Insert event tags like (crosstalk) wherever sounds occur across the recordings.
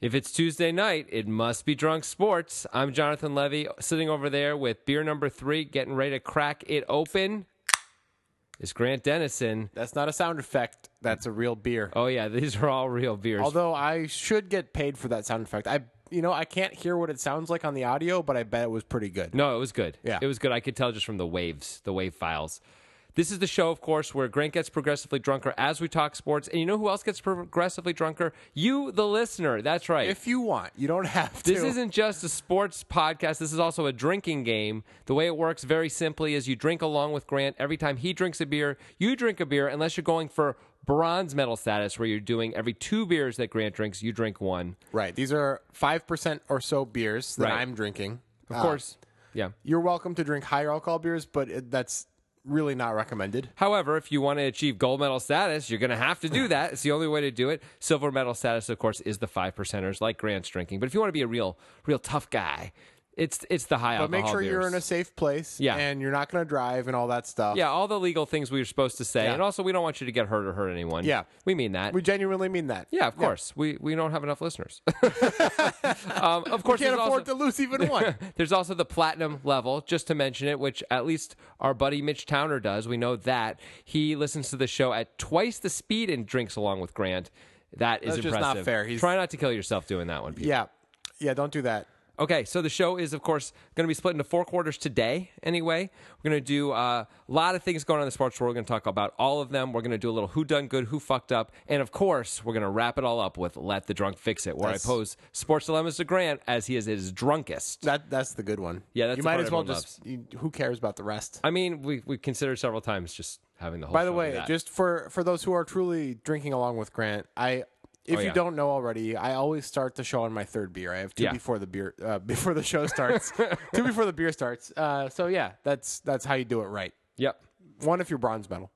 If it's Tuesday night, it must be drunk sports. I'm Jonathan Levy, sitting over there with beer number three, getting ready to crack it open. Is Grant Dennison? That's not a sound effect. That's a real beer. Oh yeah, these are all real beers. Although I should get paid for that sound effect. I you know, I can't hear what it sounds like on the audio, but I bet it was pretty good. No, it was good. Yeah. It was good. I could tell just from the waves, the wave files. This is the show, of course, where Grant gets progressively drunker as we talk sports. And you know who else gets progressively drunker? You, the listener. That's right. If you want, you don't (laughs) have to. this isn't just a sports podcast. This is also a drinking game. The way it works, very simply, is you drink along with Grant. Every time he drinks a beer, you drink a beer, unless you're going for bronze medal status, where you're doing every two beers that Grant drinks, you drink one. right. These are 5% or so beers that Right. I'm drinking. Uh, Of course. Yeah. You're welcome to drink higher alcohol beers, but it, that's really not recommended. However, if you want to achieve gold medal status, you're going to have to do that. It's the only way to do it. Silver medal status, of course, is the five percenters, like Grant's drinking. But if you want to be a real, real tough guy, it's it's the high But make sure you're in a safe place Yeah. and you're not going to drive and all that stuff. yeah, all the legal things we were supposed to say, Yeah. and also we don't want you to get hurt or hurt anyone. Yeah. we mean that. We genuinely mean that. yeah, of course. We we don't have enough listeners. (laughs) um, of course, Can't there's afford also- to lose (laughs) even one. There's also the platinum level, just to mention it, which at least our buddy Mitch Towner does. We know that. He listens to the show at twice the speed and drinks along with Grant. That is That's just impressive. not fair. He's- Try not to kill yourself doing that one. people. yeah. Yeah, don't do that. Okay, so the show is, of course, going to be split into four quarters today, anyway. We're going to do uh, a lot of things going on in the sports world. We're going to talk about all of them. We're going to do a little who done good, who fucked up. And, of course, we're going to wrap it all up with Let the Drunk Fix It, where That's- I pose sports dilemmas to Grant as he is at his drunkest. That that's the good one. Yeah, that's you the might part as well everyone just. You, who cares about the rest? I mean, we we considered several times just having the whole. By show the be way, that. just for for those who are truly drinking along with Grant, I if Oh, yeah. you don't know already, I always start the show on my third beer. I have two Yeah. before the beer uh, (laughs) before (laughs) the show starts, two before the beer starts. Uh, so yeah, that's that's how you do it right. yep, One if you're bronze medal.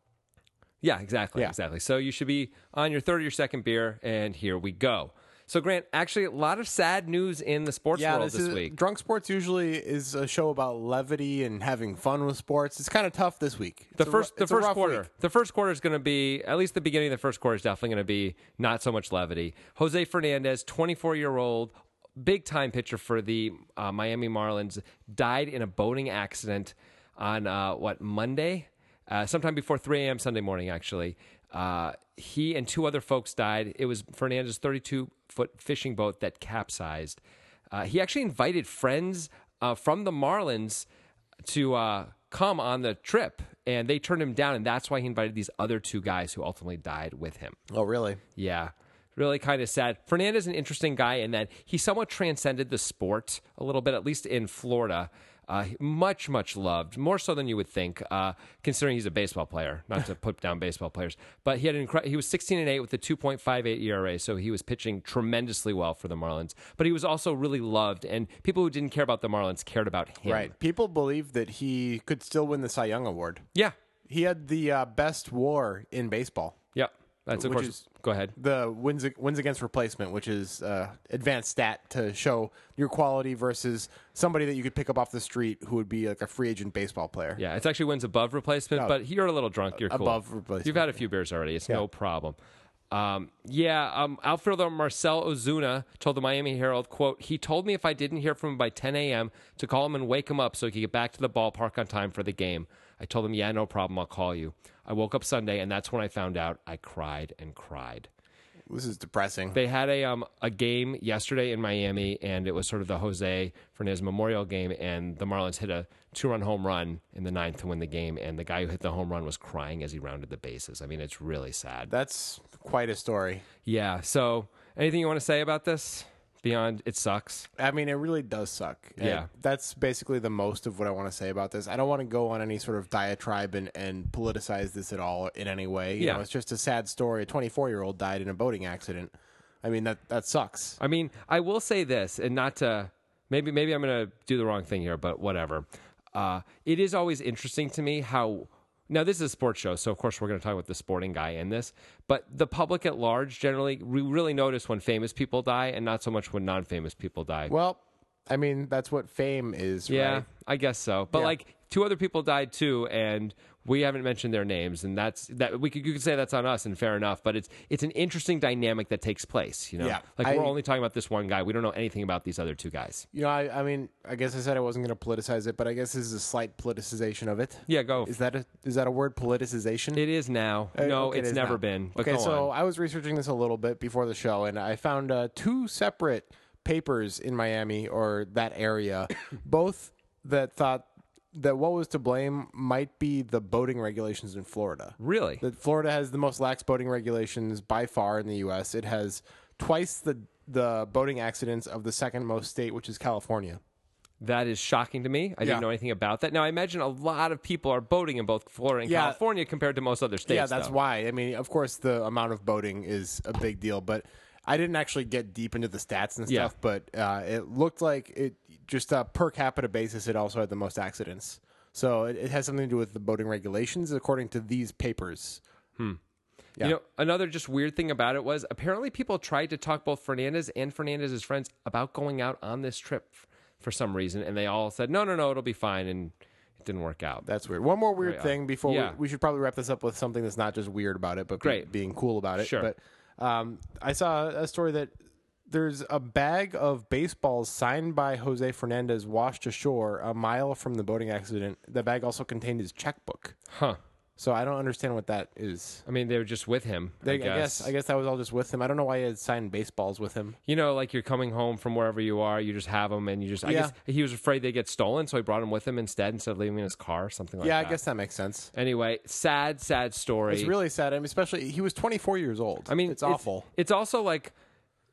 yeah, exactly, Yeah. exactly. So you should be on your third or your second beer, and here we go. So Grant, actually, a lot of sad news in the sports Yeah, world this, this, is, week. Drunk Sports usually is a show about levity and having fun with sports. It's kind of tough this week. The first, the first quarter, the first quarter is going to be at least the beginning. of The first quarter is definitely going to be not so much levity. Jose Fernandez, twenty-four year old, big time pitcher for the uh, Miami Marlins, died in a boating accident on uh, what Monday, uh, sometime before three a.m. Sunday morning. Actually, uh, he and two other folks died. It was Fernandez's thirty-two foot fishing boat that capsized. Uh, he actually invited friends uh, from the Marlins to uh, come on the trip, and they turned him down, and that's why he invited these other two guys who ultimately died with him. Oh really? Yeah. Really kind of sad. Fernandez is an interesting guy in that he somewhat transcended the sport a little bit, at least in Florida. Uh, much, much loved, more so than you would think, uh, considering he's a baseball player. Not to put down baseball players, but he had an incre- he was 16 and 8 with a 2.58 ERA, E so he was pitching tremendously well for the Marlins. But he was also really loved, and people who didn't care about the Marlins cared about him. Right. People believe that he could still win the Cy Young award. Yeah. He had the uh, best WAR in baseball. Yep. That's of Which course. is- go ahead. the wins wins against replacement, which is uh, advanced stat to show your quality versus somebody that you could pick up off the street who would be like a free agent baseball player. Yeah, it's actually wins above replacement, but you're a little drunk. You're cool. above replacement, You've had a few beers already. It's no problem. Um, yeah, um, outfielder Marcel Ozuna told the Miami Herald, "quote He told me if I didn't hear from him by 10 a.m. to call him and wake him up so he could get back to the ballpark on time for the game. I told him, yeah, no problem. I'll call you. I woke up Sunday, and that's when I found out. I cried and cried. This is depressing. They had a um a game yesterday in Miami, and it was sort of the Jose Fernandez Memorial game, and the Marlins hit a two run home run in the ninth to win the game, and the guy who hit the home run was crying as he rounded the bases. I mean, it's really sad. That's quite a story. Yeah. So, anything you want to say about this beyond it sucks? I mean, it really does suck. And Yeah. that's basically the most of what I want to say about this. I don't want to go on any sort of diatribe and, and politicize this at all in any way. You Yeah. know, it's just a sad story. A 24 year old died in a boating accident. I mean, that that sucks. I mean, I will say this, and not to maybe maybe I'm going to do the wrong thing here, but whatever. Uh, it is always interesting to me how. Now this is a sports show, so of course we're going to talk about the sporting guy in this, but the public at large generally we really notice when famous people die, and not so much when non-famous people die. Well, I mean, that's what fame is, Yeah, right? I guess so. But Yeah. like two other people died too, and we haven't mentioned their names, and that's that. We could you could say that's on us, and fair enough. But it's it's an interesting dynamic that takes place. You know, Yeah, like we're I- only talking about this one guy. We don't know anything about these other two guys. You know, I, I mean, I guess I said I wasn't going to politicize it, but I guess this is a slight politicization of it. Yeah, go. Is that a is that a word? Politicization. It is now. Uh, no, okay, it it's is never now. been. But okay, go so on. I was researching this a little bit before the show, and I found uh, two separate papers in Miami or that (coughs) area, both that thought that what was to blame might be the boating regulations in Florida. Really? That Florida has the most lax boating regulations by far in the U.S. It has twice the the boating accidents of the second most state, which is California. That is shocking to me. I Yeah. didn't know anything about that. Now I imagine a lot of people are boating in both Florida and Yeah. California compared to most other states. Yeah, that's though. why. I mean, of course, the amount of boating is a big deal, but I didn't actually get deep into the stats and stuff. Yeah. But uh, it looked like it just uh, per capita basis, it also had the most accidents. So it, it has something to do with the boating regulations, according to these papers. Yeah. You know, another just weird thing about it was apparently people tried to talk both Fernandez and Fernandez's friends about going out on this trip f- for some reason, and they all said, "No, no, no, it'll be fine," and it didn't work out. That's weird. One more weird Right on. thing before Yeah. we, we should probably wrap this up with something that's not just weird about it, but be- Great. being cool about it. Sure. But um, I saw a story that there's a bag of baseballs signed by Jose Fernandez washed ashore a mile from the boating accident. The bag also contained his checkbook. huh? So I don't understand what that is. I mean, they were just with him. They, I, guess. I guess I guess that was all just with him. I don't know why he had signed baseballs with him. You know, like you're coming home from wherever you are, you just have them, and you just. I Yeah. guess he was afraid they would get stolen, so he brought them with him instead instead of leaving 'em in his car, something like yeah, that. I guess that makes sense. Anyway, sad, sad story. It's really sad. I mean, especially he was 24 years old. I mean, it's awful. It's also like,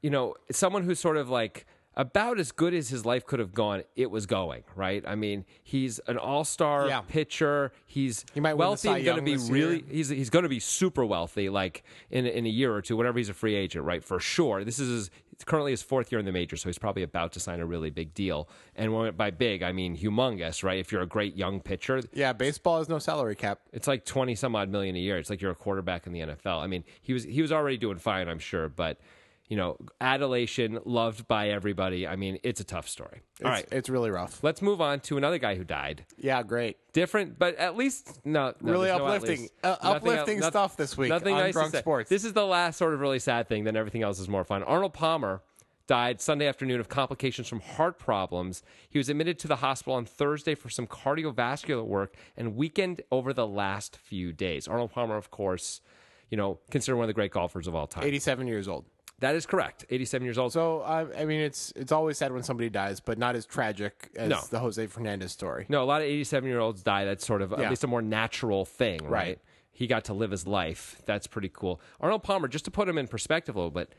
you know, someone who's sort of like about as good as his life could have gone, it was going right. I mean, he's an all-star Yeah. pitcher. He's He might win the wealthy Cy and going to Young be this really. year. He's he's going to be super wealthy, like in in a year or two, whenever he's a free agent, right? For sure. This is his, it's currently his fourth year in the major, so he's probably about to sign a really big deal. And when, by big, I mean humongous, right? If you're a great young pitcher, yeah, baseball has no salary cap. it's like twenty some odd million a year. It's like you're a quarterback in the NFL. I mean, he was he was already doing fine, I'm sure, but you know, adulation, loved by everybody. I mean, it's a tough story. All It's- right, it's really rough. let's move on to another guy who died. Yeah, great. Different, but at least no, no, Really there's no at uplifting. least. Uh, Nothing el- uplifting noth- stuff this week Nothing on nice to Drunk say. Sports. This is the last sort of really sad thing. Then everything else is more fun. Arnold Palmer died Sunday afternoon of complications from heart problems. He was admitted to the hospital on Thursday for some cardiovascular work and weakened over the last few days. Arnold Palmer, of course, you know, considered one of the great golfers of all time. 87 years old. That is correct. Eighty-seven years old. So I, I mean, it's it's always sad when somebody dies, but not as tragic as No. the Jose Fernandez story. No, a lot of 87 year olds die. That's sort of Yeah. at least a more natural thing, right? Right. He got to live his life. That's pretty cool. Arnold Palmer, just to put him in perspective a little bit,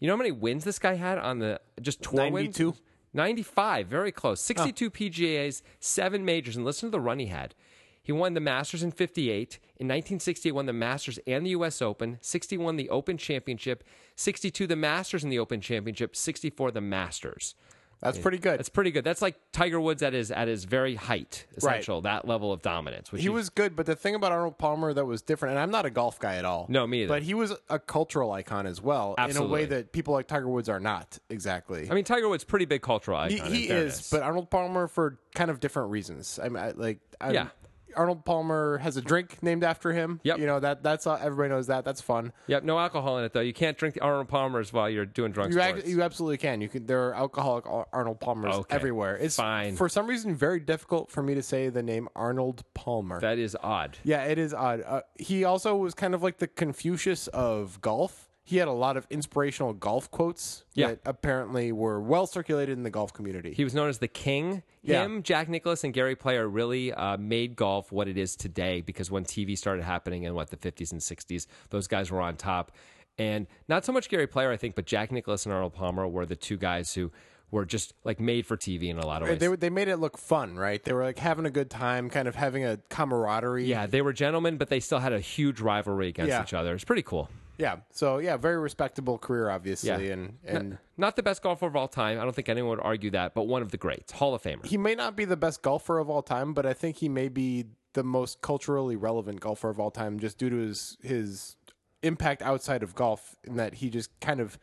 you know how many wins this guy had on the just tour wins? 92? 95, very close. 62 PGAs, seven majors. And listen to the run he had. He won the Masters in 58. In 1960, he won the Masters and the U.S. Open. 61, the Open Championship. 62, the Masters and the Open Championship. 64, the Masters. That's pretty good. That's pretty good. That's like Tiger Woods at his at his very height, essential that level of dominance. Which he is- was good, but the thing about Arnold Palmer that was different, and I'm not a golf guy at all. No, me either. But he was a cultural icon as well, in a Absolutely. way that people like Tiger Woods are not exactly. I mean, Tiger Woods pretty big cultural he icon. in he is, fairness. but Arnold Palmer for kind of different reasons. I mean, I, like, i Yeah. Arnold Palmer has a drink named after him. Yep. you know that that's all, everybody knows that. That's fun. yep, no alcohol in it though. You can't drink the Arnold Palmer's while you're doing drunk You, sports. act, you absolutely can. You can. There are alcoholic Ar- Arnold Palmers Okay. everywhere. It's Fine. For some reason, very difficult for me to say the name Arnold Palmer. that is odd. yeah, it is odd. Uh, he also was kind of like the Confucius of golf. He had a lot of inspirational golf quotes Yeah. that apparently were well circulated in the golf community. He was known as the King. Yeah. Him, Jack Nicholas, and Gary Player really uh, made golf what it is today because when TV started happening in what the 50s and 60s, those guys were on top. And not so much Gary Player, I think, but Jack Nicholas and Arnold Palmer were the two guys who were just like made for TV in a lot of ways. they, were- they made it look fun, right? They were like having a good time, kind of having a camaraderie. Yeah, they were gentlemen, but they still had a huge rivalry against Yeah. each other. It's pretty cool. Yeah. So yeah, very respectable career, obviously, Yeah. and and Not the best golfer of all time. I don't think anyone would argue that, but one of the greats, Hall of Famer. he may not be the best golfer of all time, but I think he may be the most culturally relevant golfer of all time just due to his his impact outside of golf in that he just kind of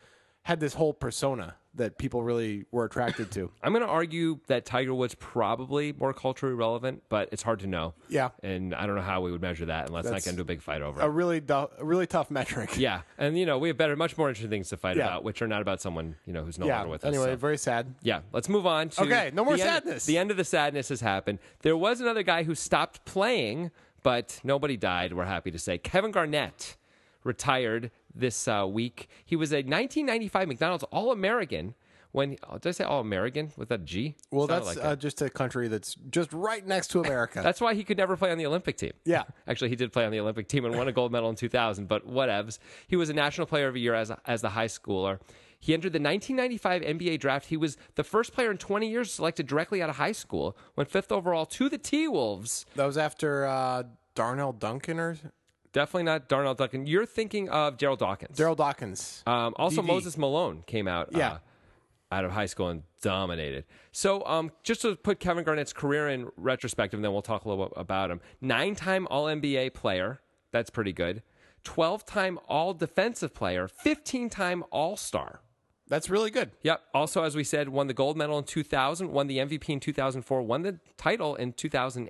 had this whole persona that people really were attracted to. I'm going to argue that Tiger Woods probably more culturally relevant, but it's hard to know. Yeah. And I don't know how we would measure that, and let's not get into a big fight over (laughs) A it. really, du- a really tough metric. Yeah. And, you know, we have better, much more interesting things to fight Yeah. about, which are not about someone, you know, who's no Yeah. longer with us. Anyway, so. very sad. Yeah, let's move on to Okay, no more the end- sadness. the end of the sadness has happened. There was another guy who stopped playing, but nobody died. We're happy to say Kevin Garnett retired this uh, week. He was a 1995 McDonald's All-American. When oh, did I say All-American with a G? Well, Sounded that's like it. uh, just a country that's just right next to (laughs) America. That's why he could never play on the Olympic team. Yeah. (laughs) Actually, he did play on the Olympic team and won a gold medal in 2000, but whatevs. He was a National Player of the Year as, as the high schooler. He entered the 1995 NBA draft. He was the first player in 20 years selected directly out of high school, went fifth overall to the T Wolves. that was after uh, Darnell Duncan or Definitely not Darnell Duncan. You're thinking of Gerald Dawkins. Daryl Dawkins. Um, also, DD. Moses Malone came out Yeah. uh, out of high school and dominated. So, um, just to put Kevin Garnett's career in retrospective, and then we'll talk a little bit about him. Nine time All NBA player. That's pretty good. 12 time All Defensive player. 15 time All Star. that's really good. Yep. Also, as we said, won the gold medal in 2000, won the MVP in 2004, won the title in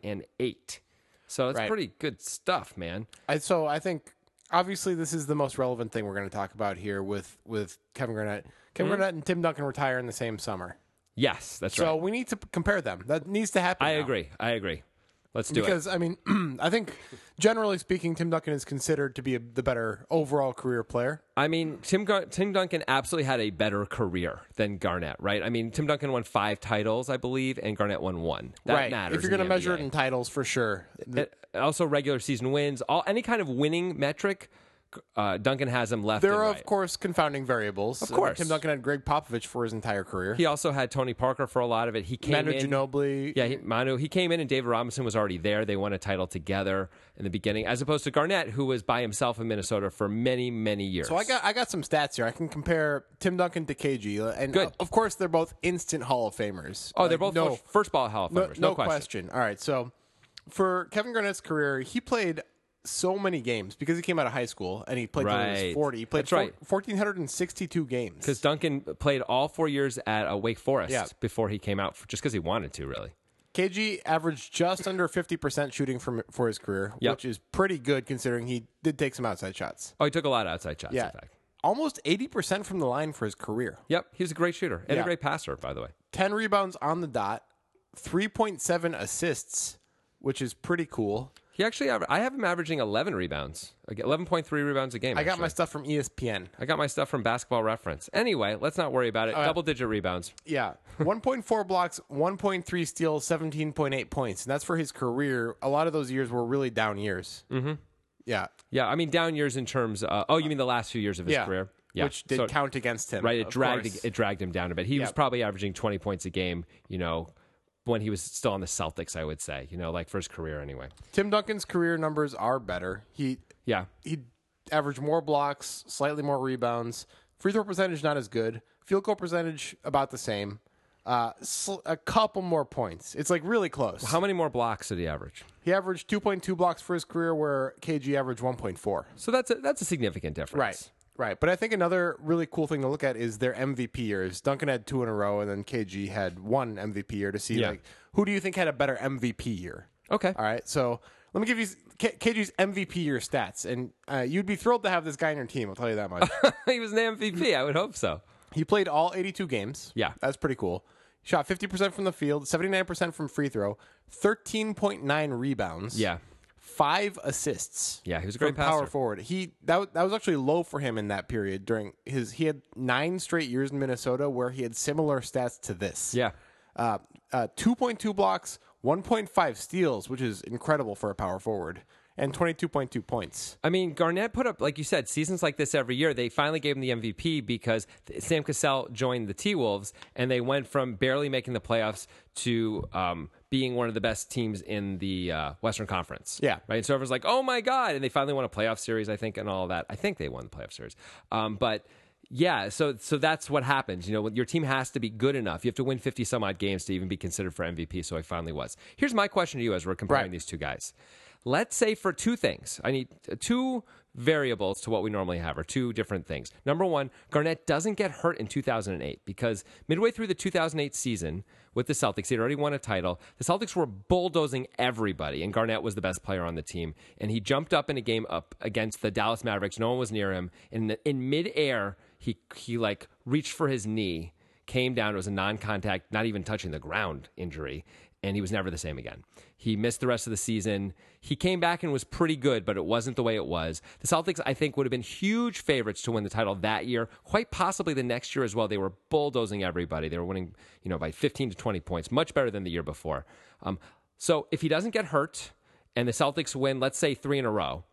2008. So that's Right. pretty good stuff, man. I, so I think obviously this is the most relevant thing we're going to talk about here with with Kevin Garnett. Kevin Mm-hmm. Garnett and Tim Duncan retire in the same summer, Yes, that's so right. we need to p- compare them. That needs to happen. I now. agree. I agree. Let's do it. because I mean, (clears throat) I think generally speaking, Tim Duncan is considered to be a, the better overall career player. I mean, Tim Gar- Tim Duncan absolutely had a better career than Garnett, right? I mean, Tim Duncan won five titles, I believe, and Garnett won one. That matters. If you're in going to the measure it NBA. in titles, for sure. And also regular season wins, all any kind of winning metric, uh, Duncan has him left. There and are, right. of course, confounding variables. Of course. Tim Duncan had Greg Popovich for his entire career. He also had Tony Parker for a lot of it. He came Manu in. Ginobili. Yeah, he, Manu. He came in, and David Robinson was already there. They won a title together in the beginning, as opposed to Garnett, who was by himself in Minnesota for many, many years. So I got I got some stats here. I can compare Tim Duncan to KG, and uh, Good. of course they're both instant Hall of Famers. Oh, they're both Like, no, first, first ball Hall of no, Famers. No, no question. All right, so for Kevin Garnett's career, he played so many games because he came out of high school and he played till he Right. was forty. He played That's right. fourteen hundred and sixty-two games. Because Duncan played all four years at uh, Wake Forest Yeah. before he came out, for, just because he wanted to, really. KG averaged just under fifty percent shooting from for his career, Yep. which is pretty good considering he did take some outside shots. Oh, he took a lot of outside shots, Yeah, in fact. almost eighty percent from the line for his career. Yep, he was a great shooter and Yeah. a great passer, by the way. 10 rebounds on the dot, 3.7 assists, which is pretty cool. He actually, aver- I have him averaging 11 rebounds, like 11.3 rebounds a game. I got actually. my stuff from E ESPN. I got my stuff from Basketball Reference. Anyway, let's not worry Oh, about it. Double digit rebounds. (laughs) Yeah. 1.4 blocks, 1.3 steals, 17.8 points. And that's for his career. A lot of those years were really down years. Mm-hmm. Yeah. Yeah, I mean, down years in terms uh oh, you mean the last few years of his Yeah. career? Yeah. Which did So- count against him. Right, it of dragged course. it dragged him down a bit. He was probably averaging 20 points a game, you know, when he was still on the Celtics, I would say, you know, like for his career anyway. Tim Duncan's career numbers are better. He Yeah. he averaged more blocks, slightly more rebounds. Free throw percentage not as good. Field goal percentage about the same. Uh, sl- a couple more points. It's like really close. How many more blocks did he average? he averaged 2.2 blocks for his career, where KG averaged 1.4. So that's a, that's a significant difference. Right. But I think another really cool thing to look at is their MVP years. Duncan had two in a row, and then KG had one MVP year to see Yeah. like who do you think had a better MVP year. Okay. All right. So let me give you K- KG's MVP year stats, and uh, you'd be thrilled to have this guy on your team. I'll tell you that much. (laughs) he was an MVP. I would hope so. He played all 82 games. Yeah. That's pretty cool. Shot 50% from the field, 79% from free throw, 13.9 rebounds. Yeah. Five assists. Yeah, he was a great from power passer. forward. He that wa- that was actually low for him in that period during his he had 9 straight years in Minnesota where he had similar stats to this. Yeah. Uh, uh 2.2 blocks, 1.5 steals, which is incredible for a power forward, and 22.2 points. I mean, Garnett put up, like you said, seasons like this every year. They finally gave him the MVP because th- Sam Cassell joined the T Wolves, and they went from barely making the playoffs to um, being one of the best teams in the uh, Western Conference. Yeah. Right. So everyone's like, oh my God. And they finally won a playoff series, I think, and all that. I think they won the playoff series. Um, but. Yeah, so so that's what happens. You know, your team has to be good enough. You have to win fifty some odd games to even be considered for MVP. So I finally was. Here's my question to you as we're comparing Right. these two guys. Let's say for two things. I need uh, two variables to what we normally have, or two different things. Number one, Garnett doesn't get hurt in 2008 because midway through the 2008 season with the Celtics, he'd already won a title. The Celtics were bulldozing everybody, and Garnett was the best player on the team. And he jumped up in a game up against the Dallas Mavericks. No one was near him. And in midair, he he like reached for his knee, came down. It was a non-contact, not even touching the ground injury, and he was never the same again. He missed the rest of the season. He came back and was pretty good, but it wasn't the way it was. The Celtics, I think, would have been huge favorites to win the title that year, quite possibly the next year as well. They were bulldozing everybody. They were winning, you know, by 15 to 20 points, much better than the year before. Um, so if he doesn't get hurt and the Celtics win, let's say three in a row,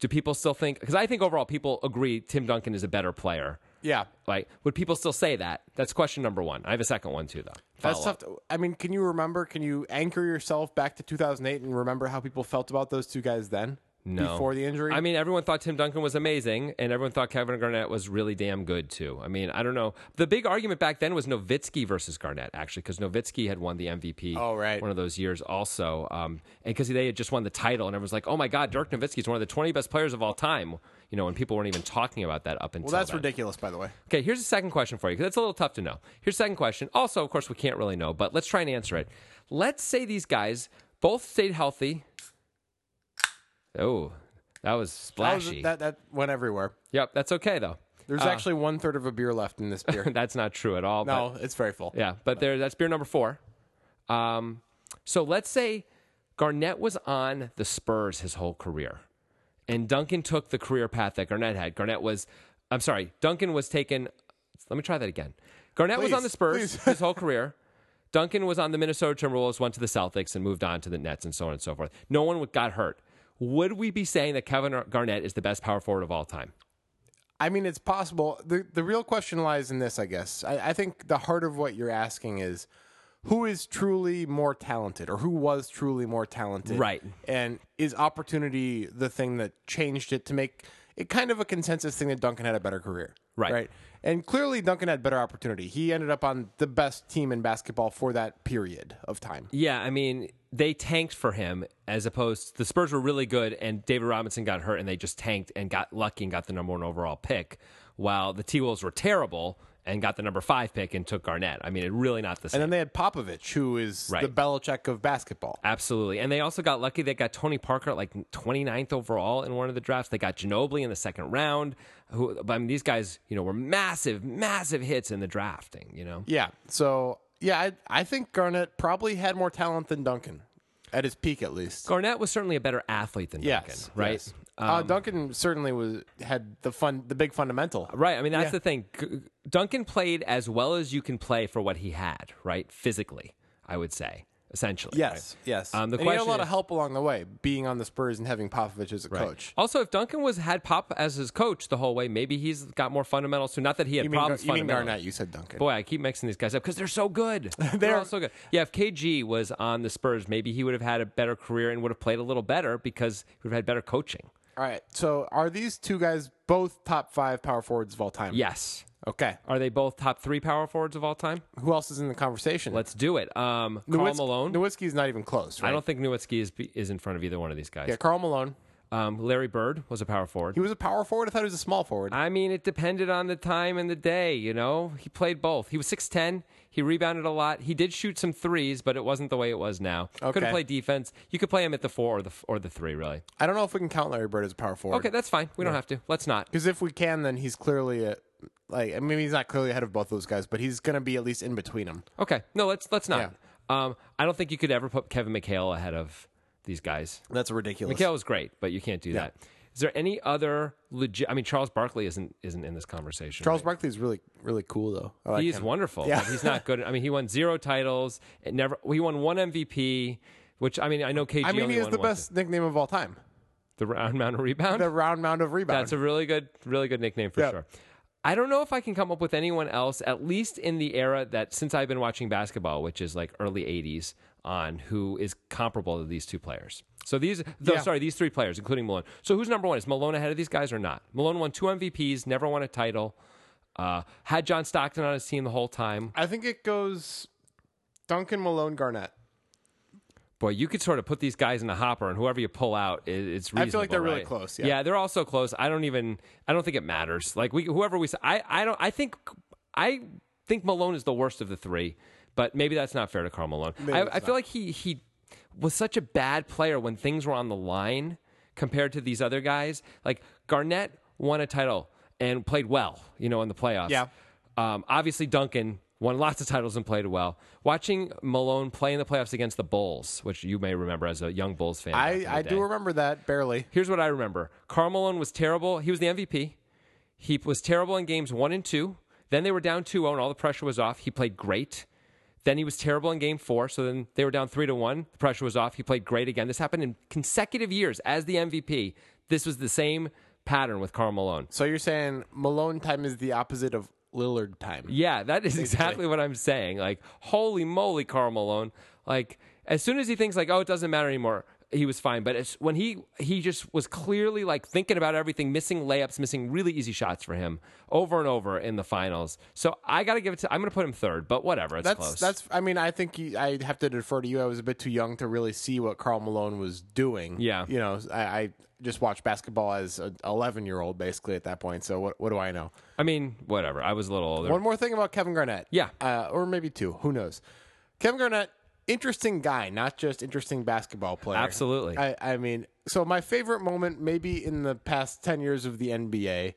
do people still think? Because I think overall people agree Tim Duncan is a better player. Yeah. Like, would people still say that? That's question number one. I have a second one too, though. That's Follow tough. up. To, I mean, can you remember? Can you anchor yourself back to 2008 and remember how people felt about those two guys then? No. Before the injury? I mean, everyone thought Tim Duncan was amazing, and everyone thought Kevin Garnett was really damn good too. I mean, I don't know. The big argument back then was Nowitzki versus Garnett, actually, because Nowitzki had won the MVP. Oh, right. One of those years, also, um, and because they had just won the title, and everyone's like, "Oh my God, Dirk Nowitzki is one of the 20 best players of all time." You know, and people weren't even talking about that up until well, that's then. ridiculous, by the way. Okay, here's a second question for you because it's a little tough to know. Here's a second question. Also, of course, we can't really know, but let's try and answer it. Let's say these guys both stayed healthy. Oh, that was That, was- splashy. that, that went everywhere. yep, that's okay though. (laughs) There's actually one third of a beer left in this beer. That's not true at all. no, it's very full. But yeah, but there. That's beer number four. Um, so let's say Garnett was on the Spurs his whole career, and Duncan took the career path that Garnett had. Garnett was, I'm sorry, Duncan was taken. Let me try that again. Garnett was on the Please, Spurs please. his whole career. Duncan was on the Minnesota Timberwolves, went to the Celtics, and moved on to the Nets, and so on and so forth. No one would- got hurt. Would we be saying that Kevin Garnett is the best power forward of all time? I mean, it's possible. The, the real question lies in this, I guess. I, I think the heart of what you're asking is who is truly more talented or who was truly more talented? Right. And is opportunity the thing that changed it to make it kind of a consensus thing that Duncan had a better career? Right. Right. And clearly, Duncan had better opportunity. He ended up on the best team in basketball for that period of time. Yeah, I mean, they tanked for him as opposed the Spurs were really good and David Robinson got hurt and they just tanked and got lucky and got the number one overall pick, while the T Wolves were terrible and got the number five pick and took Garnett. I mean, it really not the same. And then they had Popovich, who is Right. the Belichick of basketball. Absolutely. And they also got lucky. They got Tony Parker at like 29th overall in one of the drafts. They got Ginobili in the second round. Who I mean, these guys, you know, were massive, massive hits in the drafting, you know? Yeah. So yeah, I I think Garnett probably had more talent than Duncan at his peak, at least. Garnett was certainly a better athlete than yes. Duncan, right? Um, yes. uh, Duncan certainly was had the fun the big fundamental. Right. I mean, that's the thing. G- Duncan played as well as you can play for what he had, right? Physically, I would say, essentially. Yes. right? Yes. Um, the And he question had a lot is- of help along the way, being on the Spurs and having Popovich as a Right. coach. Also, if Duncan was had Pop as his coach the whole way, maybe he's got more fundamentals too. Not that he had You mean, Gar- problems you mean fundamentally. Garnett? You said Duncan. Boy, I keep mixing these guys up because they're so (laughs) good. they're, all so good. Yeah, if KG was on the Spurs, maybe he would have had a better career and would have played a little better because he would have had better coaching. All right. So are these two guys both top five power forwards of all time? Yes. Okay. Are they both top three power forwards of all time? Who else is in the conversation? Let's do it. Um, Carl Nowitzki- Malone. Nowitzki's not even close. Right? I don't think Nowitzki is is in front of either one of these guys. Yeah. Carl Malone. Um, Larry Bird was a power He forward. was a power forward. I thought he was a small forward. I mean, it depended on the time and the day, you know? He played both. He was 6'10. He rebounded a lot. He did shoot some threes, but it wasn't the way it was now. Okay. Couldn't play defense. You could play him at the four or the, or the three, really. I don't know if we can count Larry Bird as a power forward. Okay, that's fine. We don't have to. Let's not. Because if we can, then he's clearly a, like I mean he's not clearly ahead of both those guys, but he's going to be at least in between them. Okay. No, let's let's not. Um, I don't think you could ever put Kevin McHale ahead of these guys. That's ridiculous. McHale was great, but you can't do that. Is there any other legit? I mean, Charles Barkley isn't isn't in this conversation. Charles Barkley's really really cool though. I like He's him. wonderful. Yeah. But he's not good. I mean, he won zero titles. It never. He won one MVP, which I mean, I know KG. I mean, only he has won the one. best nickname of all time. The round mound rebound. (laughs) The round mound of rebound. That's a really good, really good nickname for Yeah. sure. I don't know if I can come up with anyone else, at least in the era that since I've been watching basketball, which is like early '80s, on who is comparable to these two players. So these, though, Yeah. sorry, these three players, including Malone. So who's number one? Is Malone ahead of these guys or not? Malone won two MVPs, never won a title. Uh, had John Stockton on his team the whole time. I think it goes Duncan Malone Garnett. boy, you could sort of put these guys in the hopper, and whoever you pull out, it, it's reasonable. I feel like they're really right? close, yeah. they're all so close. I don't even. I don't think it matters. Like we, whoever we, s- I, I don't. I think, I think Malone is the worst of the three, but maybe that's not fair to Carl Malone. I, I feel like he he was such a bad player when things were on the line compared to these other guys. Like Garnett won a title and played well, you know, in the playoffs. Yeah. Um, obviously, Duncan won lots of titles and played well. Watching Malone play in the playoffs against the Bulls, which you may remember as a young Bulls fan. back in I, the I day. do remember that barely. Here's what I remember Carl Malone was terrible. He was the MVP. He was terrible in games one and two. Then they were down 2 0 and all the pressure was off. He played great. Then he was terrible in game four. So then they were down 3 to 1. The pressure was off. He played great again. This happened in consecutive years as the MVP. This was the same pattern with Carl Malone. So you're saying Malone time is the opposite of Lillard time. Yeah, that is exactly what I'm saying. Like, holy moly, Carl Malone. Like, as soon as he thinks like, oh, it doesn't matter anymore, he was fine. But it's when he he just was clearly like thinking about everything, missing layups, missing really easy shots for him over and over in the finals. So I got to give it to. I'm going to put him third, but whatever. It's That's close. that's. I mean, I think you, I have to defer to you. I was a bit too young to really see what Carl Malone was doing. Yeah. you know, I, I just watched basketball as an 11 year old basically at that point. So what what do I know? I mean, whatever. I was a little older. One more thing about Kevin Garnett. Yeah. uh, or maybe two. Who knows? Kevin Garnett, interesting guy, not just interesting basketball player. Absolutely. I, I mean, so my favorite moment, maybe in the past 10 years of the NBA,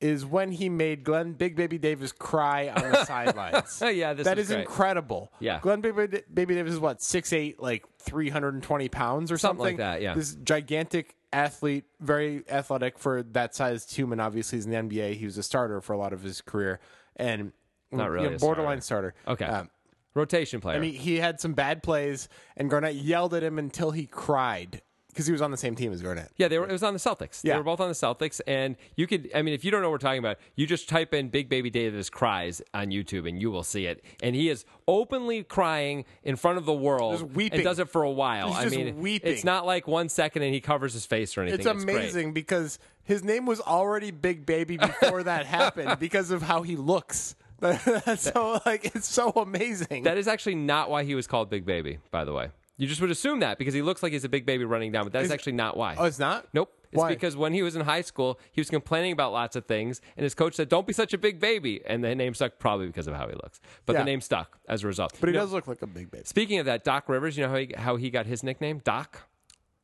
is when he made Glenn Big Baby Davis cry on (laughs) the sidelines. Yeah, this That was is great. incredible. Yeah. Glenn Big Baby, Baby Davis is what, 6'8, like 320 pounds or Something like something? that, yeah. This gigantic athlete, very athletic for that sized human. Obviously, he's in the NBA. He was a starter for a lot of his career. And Not really a borderline starter. Okay. Um, Rotation player. and he, he had some bad plays, and Garnett yelled at him until he cried because he was on the same team as Garnett. Yeah, they were. It was on the Celtics. They Yeah. were both on the Celtics, and you could. I mean, if you don't know what we're talking about, you just type in "Big Baby Davis cries" on YouTube, and you will see it. And he is openly crying in front of the world. Just weeping. And does it for a while. He's I just mean, weeping. It's not like one second and he covers his face or anything. It's amazing because his name was already Big Baby (laughs) before that happened because of how he looks. (laughs) so like it's so amazing. That is actually not why he was called Big Baby. By the way, you just would assume that because he looks like he's a big baby running down, but that is actually not why. oh, it's not. Nope. It's Why? because when he was in high school, he was complaining about lots of things, and his coach said, "Don't be such a big baby." And the name stuck, probably because of how he looks. But Yeah. the name stuck as a result. but he You know, does look like a Big Baby. Speaking of that, Doc Rivers, you know how he, how he got his nickname? Doc?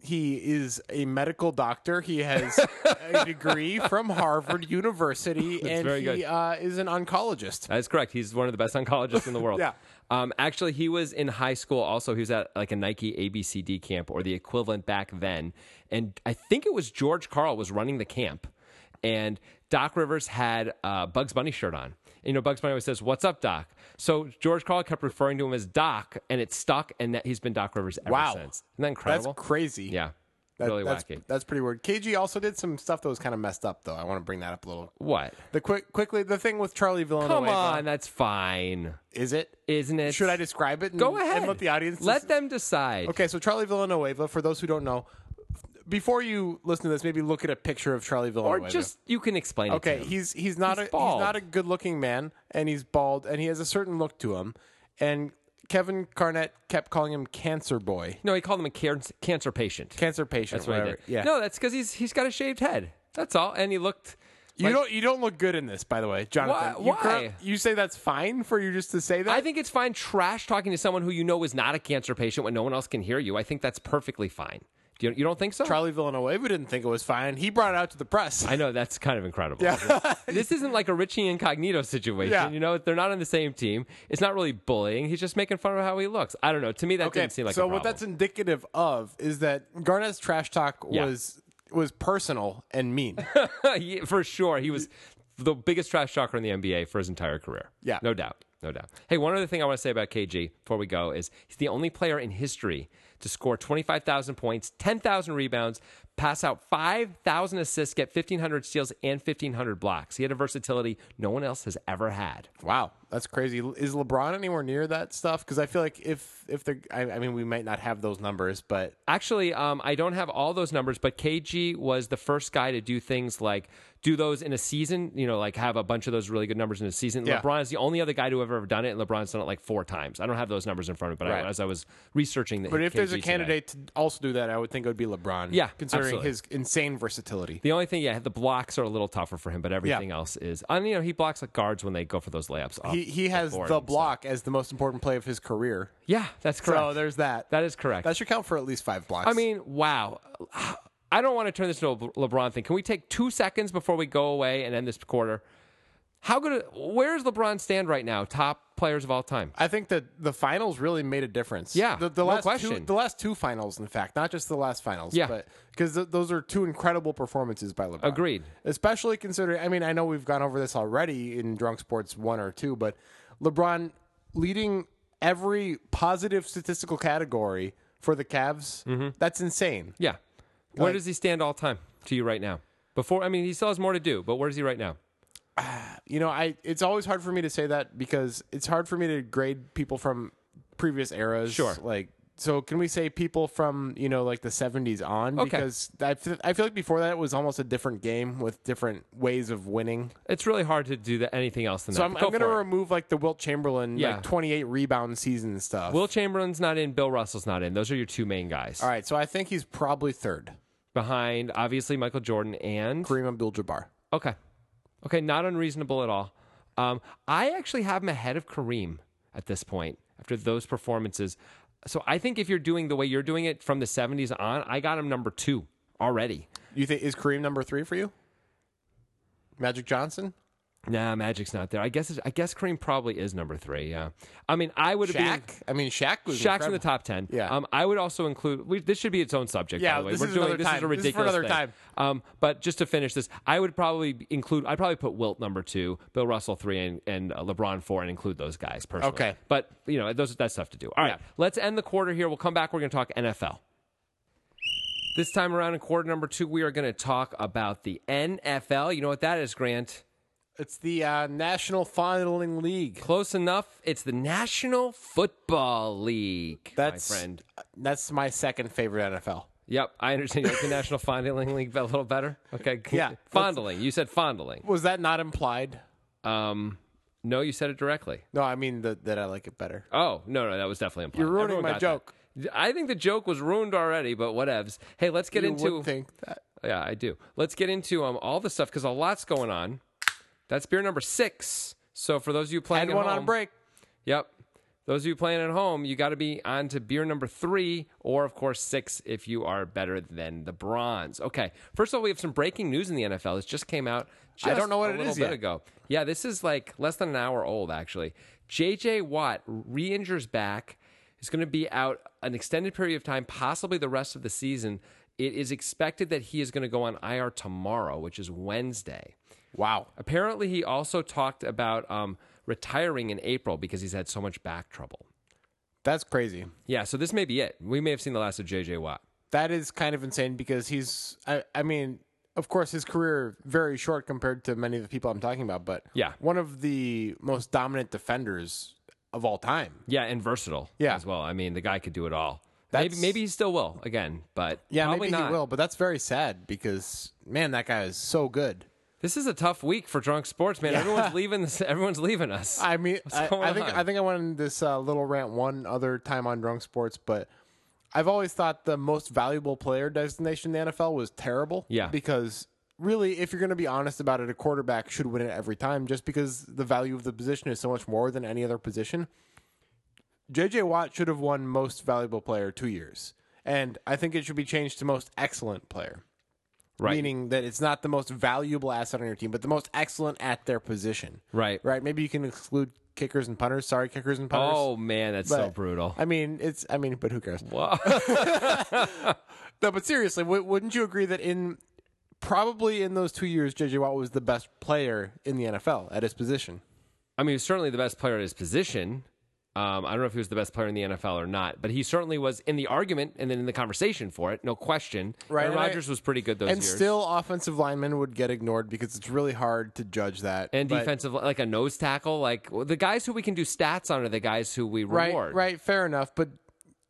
He is a medical doctor. (laughs) He has a degree from Harvard University, and very he good. Uh, is an oncologist. That is correct. He's one of the best oncologists in the world. (laughs) Yeah. Um, actually, he was in high school also. He was at like a Nike ABCD camp or the equivalent back then. And I think it was George Carl was running the camp. And Doc Rivers had a Bugs Bunny shirt on. You know, Bugs Bunny always says, What's up, Doc? So George Carl kept referring to him as Doc, and it stuck, and that he's been Doc Rivers ever Wow. since. Isn't that That's incredible? crazy. yeah. That- really that's, wacky. That's pretty weird. KG also did some stuff that was kind of messed up, though. I want to bring that up a little. What? The quick, quickly, the thing with Charlie Villanueva. Come on, that's fine. is it? Isn't it? Should I describe it? And, Go ahead. and let the audience. let them decide. Okay, so Charlie Villanueva. For those who don't know, before you listen to this, maybe look at a picture of Charlie Or Villanueva. just you can explain. It okay, to them. he's he's not He's a bald. he's not a good looking man, and he's bald, and he has a certain look to him, and. Kevin Garnett kept calling him Cancer Boy, no, he called him a can- cancer patient. Cancer Patient. that's what he whatever. did. Yeah, No, that's because he's he's got a shaved head. That's all. And he looked. You don't you don't look good in this, by the way, Jonathan. Why- You, why? current- you say that's fine for you just to say that? I think it's fine trash talking to someone who you know is not a cancer patient when no one else can hear you. I think that's perfectly fine. Do you, you don't think so? Charlie Villanueva didn't think it was fine. He brought it out to the press. I know that's kind of incredible. Yeah. (laughs) this isn't like a Richie Incognito situation. Yeah. You know, they're not on the same team. It's not really bullying. He's just making fun of how he looks. I don't know. To me, that okay, didn't seem like so a what problem. that's indicative of is that Garnett's trash talk Yeah. was was personal and mean. (laughs) Yeah, for sure. He was the biggest trash talker in the NBA for his entire career. Yeah. No doubt. No doubt. Hey, one other thing I want to say about KG before we go is he's the only player in history to score 25,000 points, 10,000 rebounds, pass out 5,000 assists, get 1,500 steals, and 1,500 blocks. He had a versatility no one else has ever had. wow, that's crazy. Is LeBron anywhere near that stuff? Because I feel like if if the I, I mean we might not have those numbers, but Actually, um, I don't have all those numbers, but KG was the first guy to do things like do those in a season, you know, like have a bunch of those really good numbers in a season. Yeah. LeBron is the only other guy to have have ever done it, and LeBron's done it like four times. I don't have those numbers in front of me, but Right. I, as I was researching the But if there's KG a today- candidate to also do that, I would think it would be LeBron. Yeah, considering absolutely. his insane versatility. The only thing, yeah, the blocks are a little tougher for him, but everything else is. And you know, he blocks like guards when they go for those layups. off He he has board, the so- block as the most important play of his career. Yeah, that's correct. So there's that. that is correct. That should count for at least five blocks. I mean, wow. (sighs) I don't want to turn this into a LeBron thing. Can we take two seconds before we go away and end this quarter? How good? Where's LeBron stand right now? Top players of all time. I think that the finals really made a difference. Yeah, the, the no last two, question. the last two finals, in fact, not just the last finals. Yeah. because th- those are two incredible performances by LeBron. Agreed. Especially considering, I mean, I know we've gone over this already in Drunk Sports one or two, but LeBron leading every positive statistical category for the Cavs. Mm-hmm. That's insane. Yeah. Where does he stand all time to you right now? Before, I mean, he still has more to do, but where is he right now? you know, I it's always hard for me to say that because it's hard for me to grade people from previous eras. Sure. Like, so can we say people from you know like the '70s on? Okay. Because I feel, I feel like before that it was almost a different game with different ways of winning. It's really hard to do that, anything else than So that. I'm, Uh, Go I'm gonna for it. remove like the Wilt Chamberlain Yeah. like 28 rebound season stuff. Will Chamberlain's not in. Bill Russell's not in. Those are your two main guys. All right, so I think he's probably third. Behind, obviously, Michael Jordan and Kareem Abdul-Jabbar. Okay. Okay, not unreasonable at all. Um, I actually have him ahead of Kareem at this point after those performances. So I think if you're doing the way you're doing it from the 70s on, I got him number two already. You think is Kareem number three for you? Magic Johnson, Nah, Magic's not there. I guess it's, I guess Kareem probably is number three. Yeah. I mean, I would have Shaq. been. I mean, Shaq was Shaq's in the incredible. top ten. Yeah. Um, I would also include. We, this should be its own subject. Yeah, By the way, this we're is doing another this is a time. This is for ridiculous another thing. time. Um, but just to finish this, I would probably include. I'd probably put Wilt number two, Bill Russell three, and, and uh, LeBron four, and include those guys personally. Okay. But you know, those that's tough to do. All right, let's end the quarter here. We'll come back. We're going to talk NFL. This time around in quarter number two, we are going to talk about the NFL. You know what that is, Grant? It's the uh, National Filing League. Close enough. It's the National Football League. That's uh, my friend. That's my second favorite NFL. Yep, I understand you like the National (laughs) Fondling League a little better. Okay, good. Yeah, let's- fondling. You said fondling. Was that not implied? Um, no, you said it directly. No, I mean that that I like it better. Oh no, no, that was definitely implied. You're ruining Everyone my got joke. that. I think the joke was ruined already, but whatevs. Hey, let's get You into. would think that. Yeah, I do. Let's get into um all the stuff because a lot's going on. That's beer number six. So for those of you playing Had at one home, on break. Yep. Those of you playing at home, you got to be on to beer number three, or of course six if you are better than the bronze. Okay. First of all, we have some breaking news in the NFL. This just came out. Just I don't know what a it little is bit yet. ago. Yeah, this is like less than an hour old actually. J.J. Watt re-injures back. He's going to be out an extended period of time, possibly the rest of the season. It is expected that he is going to go on IR tomorrow, which is Wednesday. Wow. Apparently, he also talked about um, retiring in April because he's had so much back trouble. That's crazy. Yeah, so this may be it. We may have seen the last of JJ Watt. That is kind of insane because he's I, I mean, of course his career very short compared to many of the people I'm talking about, but Yeah. one of the most dominant defenders of all time. Yeah, and versatile Yeah. as well. I mean, the guy could do it all. Maybe, That's- maybe he still will again, but Yeah, probably maybe not. he will, but that's very sad because man, that guy is so good. This is a tough week for drunk sports, man. (laughs) Everyone's leaving. This, everyone's leaving us. I mean, I, going I think on? I think I went in this uh, little rant one other time on drunk sports, but I've always thought the most valuable player designation in the NFL was terrible. Yeah. because really, if you're going to be honest about it, a quarterback should win it every time, just because the value of the position is so much more than any other position. J.J. Watt should have won Most Valuable Player two years, and I think it should be changed to Most Excellent Player. Right. Meaning that it's not the most valuable asset on your team, but the most excellent at their position. Right. Right. Maybe you can exclude kickers and punters. Sorry, kickers and punters. oh man, that's so But, brutal. I mean, it's. I mean, but who cares? (laughs) Wow. (laughs) No, but seriously, w- wouldn't you agree that in probably in those two years, JJ Watt was the best player in the NFL at his position? I mean, he was certainly the best player at his position. Um, I don't know if he was the best player in the NFL or not, but he certainly was in the argument and then in the conversation for it, no question. Right, Aaron and I- Rodgers was pretty good those And years. still, offensive linemen would get ignored because it's really hard to judge that. and But- defensive, like a nose tackle, like well, the guys who we can do stats on are the guys who we right? reward. Right. Fair enough, but.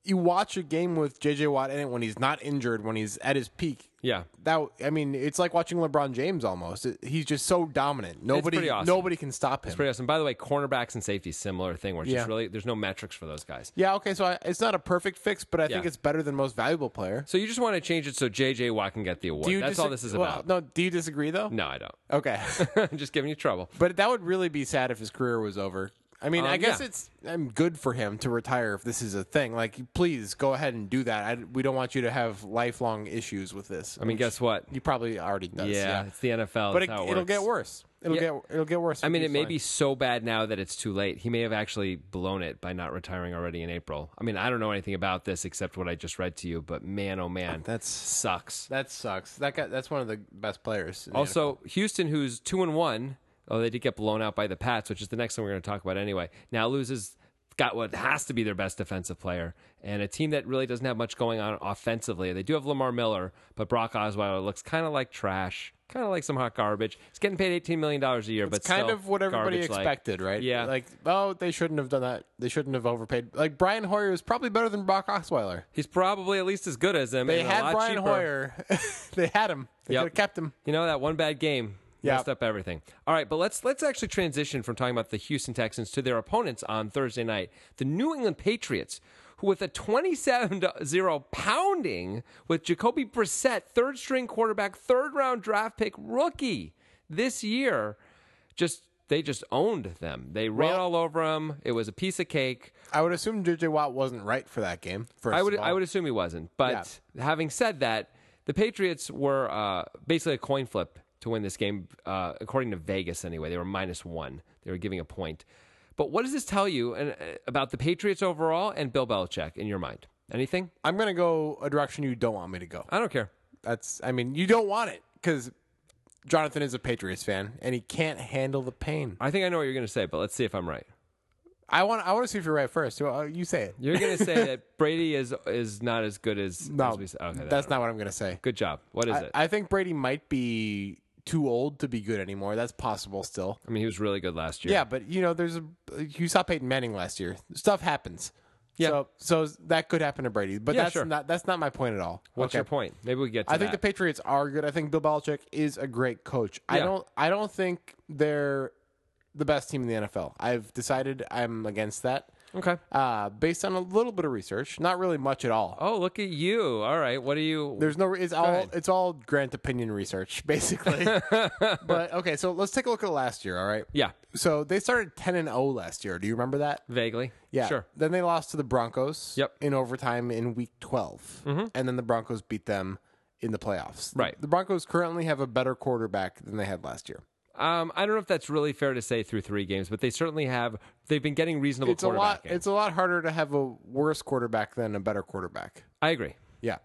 you watch a game with JJ Watt in it when he's not injured, when he's at his peak. Yeah. That I mean, it's like watching LeBron James almost. It- he's just so dominant. Nobody pretty awesome. nobody can stop him. Pretty awesome. By the way, cornerbacks and safety, similar thing where it's Yeah. just really, there's no metrics for those guys. yeah, okay, so I, it's not a perfect fix, but I think Yeah. it's better than most valuable player. So you just want to change it so JJ Watt can get the award. Do you That's all disa- this is well, about. No, do you disagree though? No, I don't. (laughs) Okay. I'm just giving you trouble. but that would really be sad if his career was over. I mean, Um, I guess yeah. it's I'm good for him to retire if this is a thing. Like, please go ahead and do that. I, we don't want you to have lifelong issues with this. I mean, guess what? You probably already does. Yeah, yeah. it's the NFL. but That's it, how it will works. get worse. It'll Yeah. get it'll get worse. I mean, it may be so bad now that it's too late. He may have actually blown it by not retiring already in April. I mean, I don't know anything about this except what I just read to you, but man, oh man, That's- sucks. that sucks. That guy, that's one of the best players. in the Also, Houston, who's two and one, oh, they did get blown out by the Pats, which is the next one we're going to talk about anyway. Now loses, got what has to be their best defensive player, and a team that really doesn't have much going on offensively. They do have Lamar Miller, but Brock Osweiler looks kind of like trash, kind of like some hot garbage. He's getting paid eighteen million dollars a year, but It's kind still of what everybody garbage-like. expected, right? Yeah. Like, oh, they shouldn't have done that. They shouldn't have overpaid. Like Brian Hoyer is probably better than Brock Osweiler. He's probably at least as good as him. They and a had lot Brian cheaper. Hoyer. (laughs) they had him. They Yep. could have kept him. You know that one bad game Yeah. messed up everything. All right, but let's let's actually transition from talking about the Houston Texans to their opponents on Thursday night, the New England Patriots, who with a 27-0 pounding with Jacoby Brissett, third string quarterback, third round draft pick rookie this year, just they just owned them. They ran Well- all over them. It was a piece of cake. I would assume JJ Watt wasn't right for that game. First I would of all. I would assume he wasn't. But having said that, the Patriots were uh, basically a coin flip to win this game, uh, according to Vegas. Anyway, they were minus one. They were giving a point. But what does this tell you and, uh, about the Patriots overall and Bill Belichick in your mind? Anything? I'm gonna go a direction you don't want me to go. I don't care. That's. I mean, you don't want it because Jonathan is a Patriots fan and he can't handle the pain. I think I know what you're going to say, but let's see if I'm right. I want. I want to see if you're right first. You- uh, You say it. You're going to say (laughs) that Brady is is not as good as, No, as we said. Okay, Oh, that's that's not what I'm going to say. good job. What is I, it? I, I think Brady might be too old to be good anymore. That's possible still. mean, he was really good last year. Yeah, but you know, there's a you saw Peyton Manning last year. Stuff happens. Yeah. So, so that could happen to Brady, but Yeah, that's sure. not that's not my point at all. What's Okay. your point? Maybe we get to I think that. the Patriots are good. I think Bill Belichick is a great coach. I Yeah. don't I don't think they're the best team in the NFL. I've decided I'm against that. okay. Uh, based on a little bit of research, not really much at all. Oh, look at you. All right. What do you? There's no. It's all. ahead. It's all Grant opinion research, (laughs) (laughs) basically. but okay, so let's take a look at last year. All right. yeah. So they started ten and zero last year. Do you remember that? Vaguely. Yeah. Sure. Then they lost to the Broncos. Yep. Mm-hmm. In overtime in week 12 and then the Broncos beat them in the playoffs. Right. The, Broncos currently have a better quarterback than they had last year. Um, I don't know if that's really fair to say through three games, but they certainly have. They've been getting reasonable It's a lot. quarterbacking. It's a lot harder to have a worse quarterback than a better quarterback. I agree. Yeah.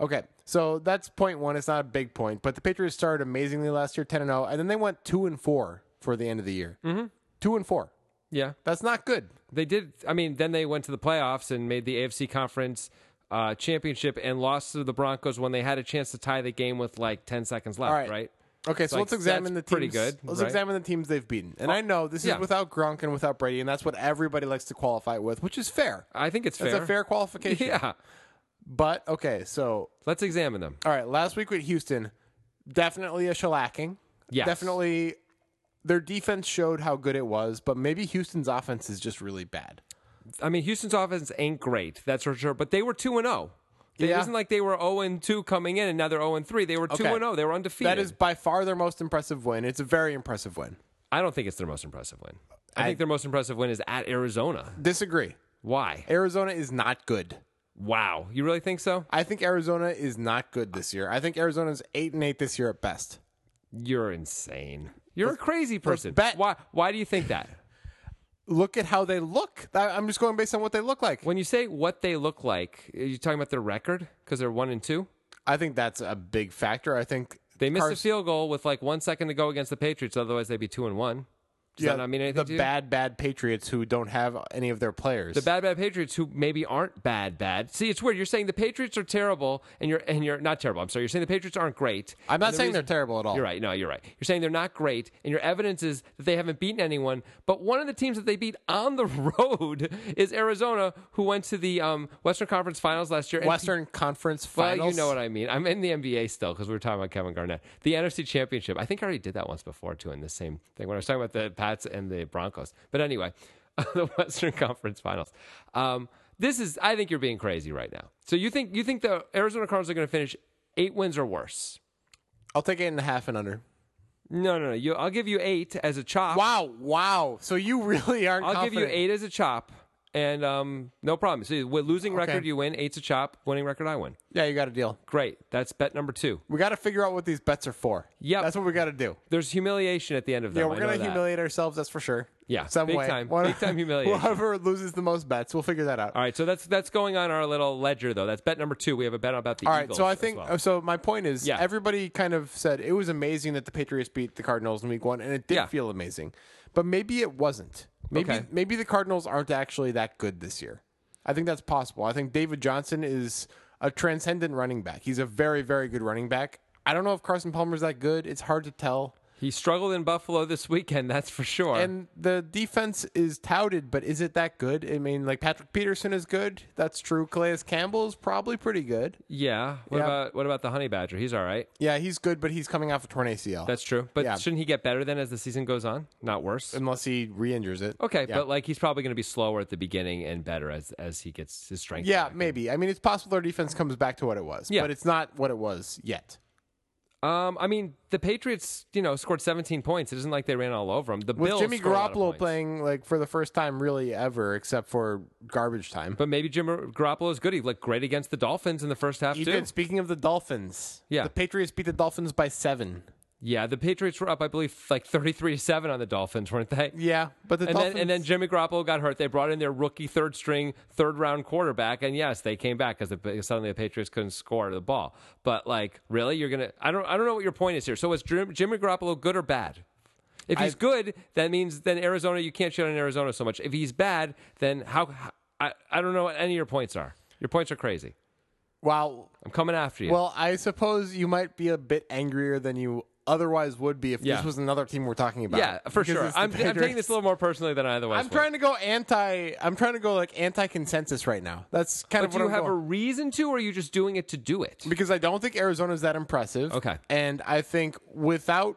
Okay. So that's point one. It's not a big point, but the Patriots started amazingly last year, ten and zero, and then they went two and four for the end of the year. Mm-hmm. Two and four. Yeah, That's not good. they did. I mean, then they went to the playoffs and made the AFC conference uh, championship and lost to the Broncos when they had a chance to tie the game with like ten seconds left. right. Right. Okay, so Like, let's examine the that's teams. pretty good, Let's right? Oh, examine the teams they've beaten. And I know this is yeah. without Gronk and without Brady, and that's what everybody likes to qualify with, which is fair. I think it's That's fair. (laughs) a fair qualification. Yeah. But okay, so Let's examine them. all right, last week with Houston, definitely a shellacking. Yes. Definitely their defense showed how good it was, but maybe Houston's offense is just really bad. I mean, Houston's offense ain't great. That's for sure. But they were two and zero. It Yeah. isn't like they were zero and two coming in, and now they're zero and three. They were two Okay. and zero. They were undefeated. That is by far their most impressive win. It's a very impressive win. I don't think it's their most impressive win. I think their most impressive win is at Arizona. Disagree. Why? Arizona is not good. Wow. You really think so? I think Arizona is not good this year. I think Arizona's eight and eight this year at best. You're insane. You're a crazy person. bet. Why why do you think that? Look at how they look. I- I'm just going based on what they look like. When you say what they look like, are you talking about their record? Because they're one and two? I think that's a big factor. I think They missed Carson- a field goal with like one second to go against the Patriots, otherwise they'd be two and one. Does that not mean anything the to you? bad, bad Patriots who don't have any of their players. the bad bad Patriots who maybe aren't bad bad. See, it's weird. You're saying the Patriots are terrible, and you're and you're not terrible. I'm sorry. You're saying the Patriots aren't great. I'm And not the saying reason- they're terrible at all. You're right. No, you're right. You're saying they're not great, and your evidence is that they haven't beaten anyone. But one of the teams that they beat on the (laughs) road is Arizona, who went to the um, Western Conference Finals last year. and- Western Conference well, Finals. you know what I mean. I'm in the NBA still because we were talking about Kevin Garnett. The NFC Championship. I think I already did that once before too in this same thing when I was talking about the Pats and the Broncos. But anyway, (laughs) the Western Conference Finals. Um, this is. I think you're being crazy right now. So you think you think the Arizona Cardinals are going to finish eight wins or worse? I'll take eight and a half and under. No, no, no. You, I'll give you eight as a chop. Wow, wow. So you really aren't. I'll give confident. you eight as a chop, and um, no problem. So with losing Okay. record, you win. Eight's a chop. Winning record, I win. Yeah, you got a deal. Great. That's bet number two. We got to figure out what these bets are for. Yep. that's what we got to do. There's humiliation at the end of them. Yeah, we're I know gonna that. humiliate ourselves. That's for sure. Yeah, some big way. time. One- Big (laughs) time humiliation. Whoever loses the most bets, we'll figure that out. All right, so that's that's going on our little ledger though. That's bet number two. We have a bet about the All right, Eagles. so I as think uh, well. so. My point is, Yeah. everybody kind of said it was amazing that the Patriots beat the Cardinals in Week One, and it did Yeah. feel amazing. But maybe it wasn't. Maybe Okay. maybe the Cardinals aren't actually that good this year. I think that's possible. I think David Johnson is a transcendent running back. He's a very very good running back. I don't know if Carson Palmer's that good. It's hard to tell. he struggled in Buffalo this weekend. (laughs) That's for sure. And the defense is touted, but is it that good? I mean, like Patrick Peterson is good. That's true. Calais Campbell is probably pretty good. yeah. What Yeah. about what about the Honey Badger? He's all right. Yeah, he's good, but he's coming off a torn ACL. That's true. But Yeah. shouldn't he get better then as the season goes on? Not worse. unless he re-injures it. Okay, yeah. but like he's probably going to be slower at the beginning and better as as he gets his strength. yeah, back. maybe. I mean, it's possible our defense comes back to what it was, Yeah. but it's not what it was yet. Um, I mean the Patriots, you know, scored 17 points. It isn't like they ran all over them. The With Bills Jimmy scored a lot of Garoppolo points. playing like for the first time really ever, except for garbage time. But maybe Jimmy Garoppolo is good. He looked great against the Dolphins in the first half he too. did. Speaking of the Dolphins, Yeah. the Patriots beat the Dolphins by seven. Yeah, the Patriots were up, I believe, like thirty-three to seven on the Dolphins, weren't they? Yeah, but the And Dolphins then, and then Jimmy Garoppolo got hurt. They brought in their rookie third string, third round quarterback, and yes, they came back because suddenly the Patriots couldn't score the ball. But like, really, you're gonna? I don't. I don't know what your point is here. So is Jim, Jimmy Garoppolo good or bad? If he's I- good, that means then Arizona. You can't shit on Arizona so much. If he's bad, then how? how I, I don't know what any of your points are. Your points are crazy. wow. I'm coming after you. Well, I suppose you might be a bit angrier than you otherwise would be if Yeah. this was another team we're talking about. yeah, for uh, Because sure. it's the I'm, I'm taking Patriots. this a little more personally than I otherwise. I'm would. trying to go anti. I'm trying to go like anti-consensus right now. That's kind of Do what you I'm have going. a reason to, or are you just doing it to do it? because I don't think Arizona's that impressive. Okay. And I think without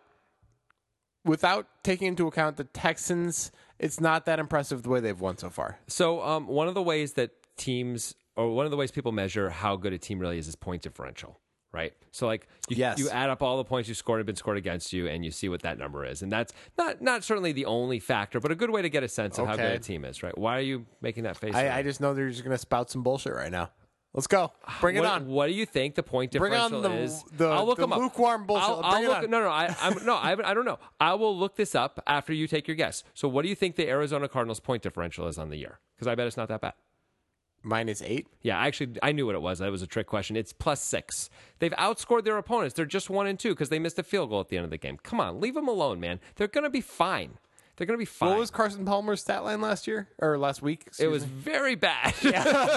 without taking into account the Texans, it's not that impressive the way they've won so far. So, um, one of the ways that teams, or one of the ways people measure how good a team really is, is point differential, right? So, like, you, Yes. you add up all the points you scored have been scored against you, and you see what that number is, and that's not not certainly the only factor, but a good way to get a sense of how Okay. good a team is, right? Why are you making that face? I, at me? I just know they're just going to spout some bullshit right now. Let's go. Bring it what, on. What do you think the point Bring on differential the- is? the- I'll look the them up. lukewarm bullshit. I'll, Bring I'll it look, on. No, no, I, I'm, no, I, haven't- I don't know. I will look this up after you take your guess. So, what do you think the Arizona Cardinals point differential is on the year? Because I bet it's not that bad. Minus eight. Yeah, I actually, I knew what it was. That was a trick question. It's plus six. They've outscored their opponents. They're just one and two because they missed a field goal at the end of the game. Come on, leave them alone, man. They're going to be fine. They're going to be fine. What was Carson Palmer's stat line last year or last week? it excuse was me? very bad. (laughs) (laughs) it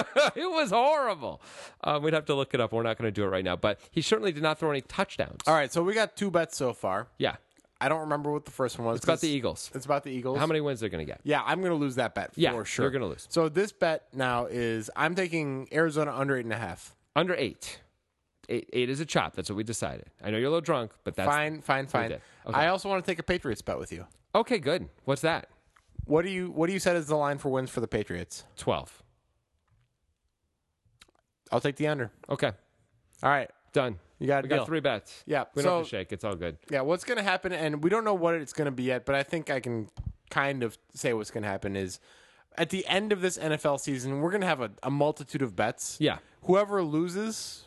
was horrible. Um, we'd have to look it up. We're not going to do it right now. But he certainly did not throw any touchdowns. All right, so we got two bets so far. Yeah. I don't remember what the first one was. It's about the Eagles. It's about the Eagles. How many wins they're going to get? Yeah, I'm going to lose that bet Yeah, for sure. you're gonna lose. So this bet now is I'm taking Arizona under eight and a half. Under eight. Eight, eight is a chop. That's what we decided. I know you're a little drunk, but that's Fine, fine, fine. did. Okay. I also want to take a Patriots bet with you. okay. Good. What's that? What do you What do you set as the line for wins for the Patriots? Twelve. I'll take the under. Okay. All right, Done. you got. a We deal. got three bets. Yeah, We don't have to so- shake. It's all good. Yeah, what's going to happen? And we don't know what it's going to be yet, but I think I can kind of say what's going to happen is at the end of this NFL season, we're going to have a, a multitude of bets. Yeah. whoever loses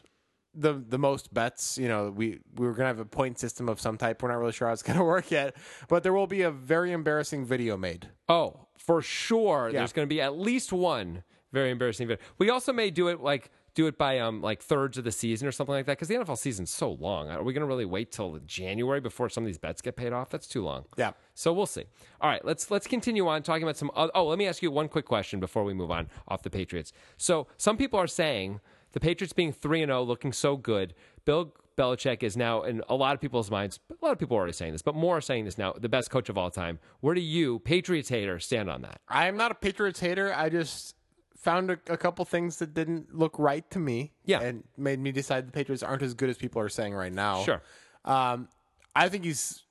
the the most bets, you know, we we were gonna have a point system of some type. We're not really sure how it's gonna (laughs) work yet, but there will be a very embarrassing video made. Oh, for sure. Yeah. There's going to be at least one very embarrassing video. We also may do it like do it by um like thirds of the season or something like that because the NFL season's so long. Are we going to really wait till January before some of these bets get paid off? That's too long. Yeah. So we'll see. All right, let's let's continue on talking about some. Other, oh, let me ask you one quick question before we move on off the Patriots. So some people are saying the Patriots being three and zero, looking so good, Bill Belichick is now in a lot of people's minds. A lot of people are already saying this, but more are saying this now. The best coach of all time. Where do you, Patriots hater, stand on that? I'm not a Patriots hater. I just found a, a couple things that didn't look right to me. Yeah. And made me decide the Patriots aren't as good as people are saying right now. Sure. Um, I think he's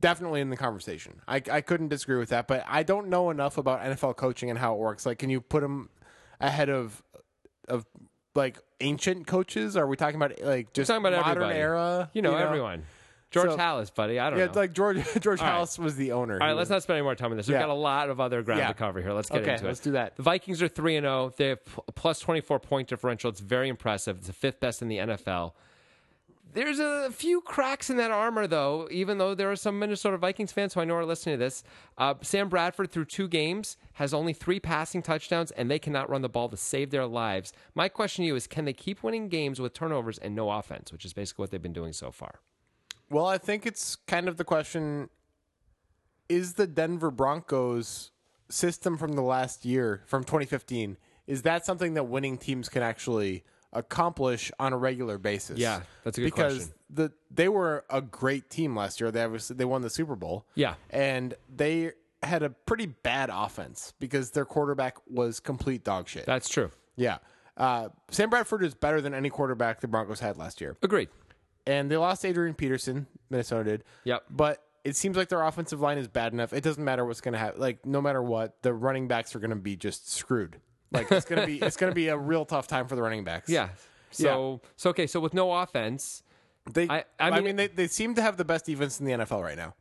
definitely in the conversation. I, I couldn't disagree with that, but I don't know enough about NFL coaching and how it works. Like, can you put him ahead of of like ancient coaches? Are we talking about like just talking about modern everybody. era? You know, everyone. George So- Hallis, buddy. I don't Yeah, know. like George (laughs) George House was the owner. All right, let's not spend any more time on this. We've Yeah. got a lot of other ground Yeah. to cover here. Let's get Okay, into it. let's do that. The Vikings are 3 and 0. They have a plus 24 point differential. It's very impressive. It's the fifth best in the NFL. There's a few cracks in that armor, though, even though there are some Minnesota Vikings fans who I know are listening to this. Uh, Sam Bradford, through two games, has only three passing touchdowns, and they cannot run the ball to save their lives. My question to you is can they keep winning games with turnovers and no offense, which is basically what they've been doing so far? Well, I think it's kind of the question is the Denver Broncos system from the last year, from 2015, is that something that winning teams can actually accomplish on a regular basis? Yeah, that's a good because question. the they were a great team last year. They obviously they won the Super Bowl. Yeah. And they had a pretty bad offense because their quarterback was complete dog shit. That's true. yeah. Uh, Sam Bradford is better than any quarterback the Broncos had last year Agreed. and they lost Adrian Peterson. Minnesota did. Yep. But it seems like their offensive line is bad enough. It doesn't matter what's going to happen. Like no matter what, the running backs are going to be just screwed. Like it's going to be it's going to be a real tough time for the running backs. Yeah. So, so okay. So with no offense, They. I- I, I mean, mean- they, they seem to have the best defense in the NFL right now.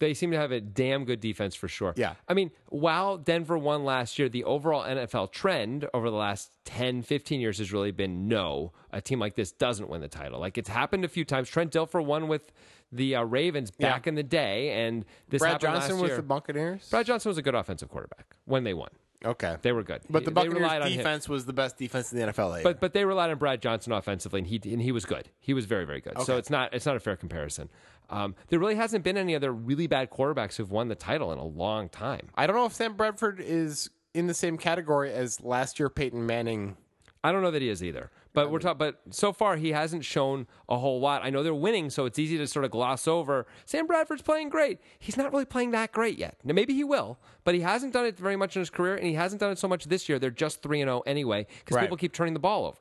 they seem to have a damn good defense for sure. Yeah. I mean, while Denver won last year, the overall NFL trend over the last 10, 15 years has really been no, a team like this doesn't win the title. Like it's happened a few times. Trent Dilfer won with the uh, Ravens back in the day, and this Brad happened Johnson last was year. the Buccaneers. Brad Johnson was a good offensive quarterback when they won. okay. They were good. but the They Buccaneers relied on him. defense was the best defense in the NFL. eh? But but they relied on Brad Johnson offensively, and he and he was good. He was very very good. So it's not it's not a fair comparison. Um, there really hasn't been any other really bad quarterbacks who've won the title in a long time. I don't know if Sam Bradford is in the same category as last year Peyton Manning. I don't know that he is either. But we're talking. But so far, he hasn't shown a whole lot. I know they're winning, so it's easy to sort of gloss over. Sam Bradford's playing great. He's not really playing that great yet. Now maybe he will, but he hasn't done it very much in his career, and he hasn't done it so much this year. They're just three and zero anyway because Right. people keep turning the ball over.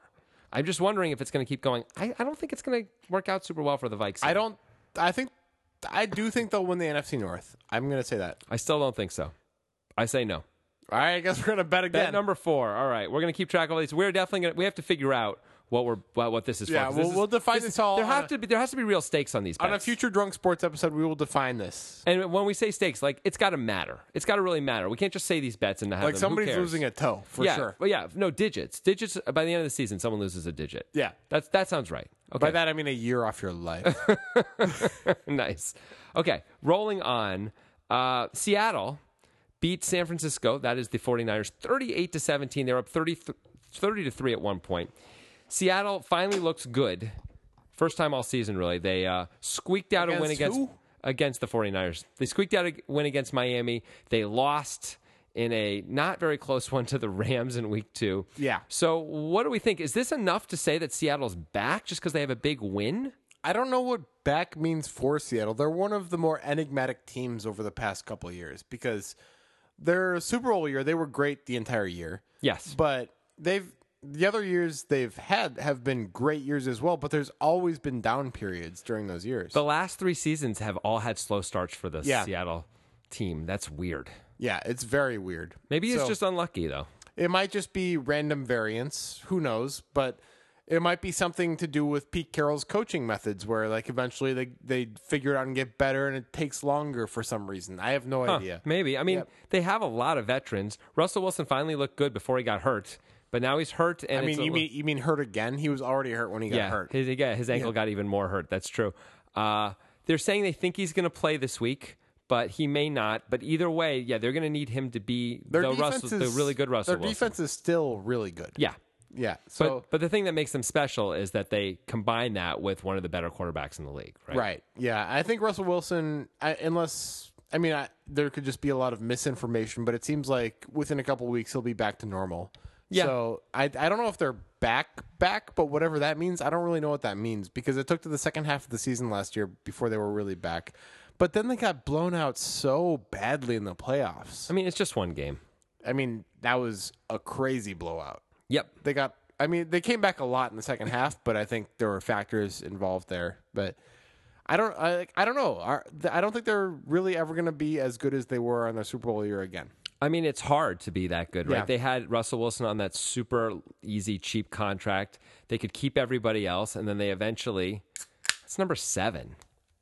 I'm just wondering if it's going to keep going. I, I don't think it's going to work out super well for the Vikes. I don't. I think. I do think they'll win the NFC North. I'm going to say that. I still don't think so. I say no. All right, I guess we're gonna bet Bet again. number four. All right, we're gonna keep track of all these. We're definitely gonna. We have to figure out what we're what, what this is. Yeah, for, 'cause we'll- is- we'll define is- this all There on have a- to be there has to be real stakes on these. Bets. on a future drunk sports episode, we will define this. And when we say stakes, like it's got to matter. It's got to really matter. We can't just say these bets and not have Like them. somebody's losing a toe for yeah, sure. Well, yeah, no digits. Digits by the end of the season, someone loses a digit. Yeah. that's that sounds right. Okay, By that I mean a year off your (laughs) life. (laughs) nice. Okay, rolling on. Uh, Seattle beat San Francisco. That is the 49ers 38 to 17. They're up 30, 30 to 3 at one point. Seattle finally looks good. First time all season, really. They uh, squeaked out a win Against against who? against the 49ers. They squeaked out a win against Miami. They lost in a not very close one to the Rams in week two. Yeah. So, what do we think? Is this enough to say that Seattle's back just because they have a big win? I don't know what back means for Seattle. They're one of the more enigmatic teams over the past couple of years because their Super Bowl year, they were great the entire year. Yes. But they've the other years they've had have been great years as well, but there's always been down periods during those years. The last three seasons have all had slow starts for the Yeah. Seattle team. That's weird. yeah, it's very weird. Maybe it's So- just unlucky though. It might just be random variants. Who knows? But it might be something to do with Pete Carroll's coaching methods, where like eventually they they figure it out and get better, and it takes longer for some reason. I have no idea. Maybe. I mean, they have a lot of veterans. Russell Wilson finally looked good before he got hurt, but now he's hurt. And I mean, it's a you li- mean you mean hurt again? He was already hurt when he got yeah, hurt. His, yeah, his ankle got even more hurt. That's true. Uh, they're saying they think he's going to play this week, but he may not. But either way, yeah, they're going to need him to be the Russell, the really good Russell Their Wilson. defense is still really good. Yeah. Yeah. So but, but the thing that makes them special is that they combine that with one of the better quarterbacks in the league, right? right. Yeah. I think Russell Wilson, I, unless I mean, I, there could just be a lot of misinformation, but it seems like within a couple weeks he'll be back to normal. Yeah. So I I don't know if they're back back, but whatever that means, I don't really know what that means because it took to the second half of the season last year before they were really back. But then they got blown out so badly in the playoffs. I mean, it's just one game. I mean, that was a crazy blowout. Yep. they got I mean they came back a lot in the second half, but I think there were factors involved there. But I don't I, I don't know. Are- I don't think they're really ever going to be as good as they were on their Super Bowl year again. I mean, it's hard to be that good, right? Yeah. They had Russell Wilson on that super easy, cheap contract. They could keep everybody else, and then they eventually. It's number seven.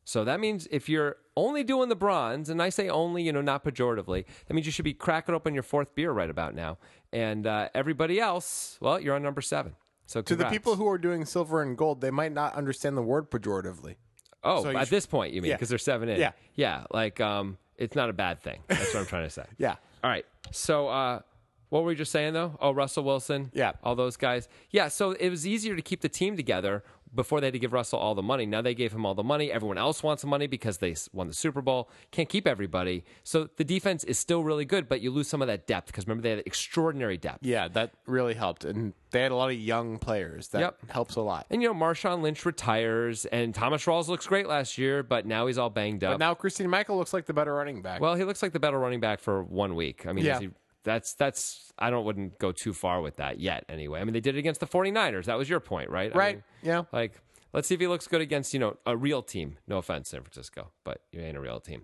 So that means if you're only doing the bronze, and I say only, you know, not pejoratively, that means you should be cracking open your fourth beer right about now. And uh, everybody else, well, you're on number seven. So To the people who are doing silver and gold, they might not understand the word pejoratively. oh, so you at should- this point, you mean Yeah. because they're seven in, Yeah. yeah, like um, it's not a bad thing. That's what I'm trying to say. (laughs) Yeah. All right. So, uh, what were we just saying though? Oh, Russell Wilson. Yeah. All those guys. Yeah. So it was easier to keep the team together before they had to give Russell all the money. Now they gave him all the money. Everyone else wants the money because they s- won the Super Bowl. Can't keep everybody. So the defense is still really good, but you lose some of that depth because remember they had extraordinary depth. Yeah, that really helped, and they had a lot of young players. That Yep. helps a lot. And you know, Marshawn Lynch retires, and Thomas Rawls looks great last year, but now he's all banged up. But now Christine Michael looks like the better running back. Well, he looks like the better running back for one week. I mean, Yeah. is he- that's that's I don't wouldn't go too far with that yet anyway. I mean, they did it against the 49ers. That was your point, right? I Right. mean, Yeah. Like let's see if he looks good against, you know, a real team. No offense, San Francisco, but you ain't a real team.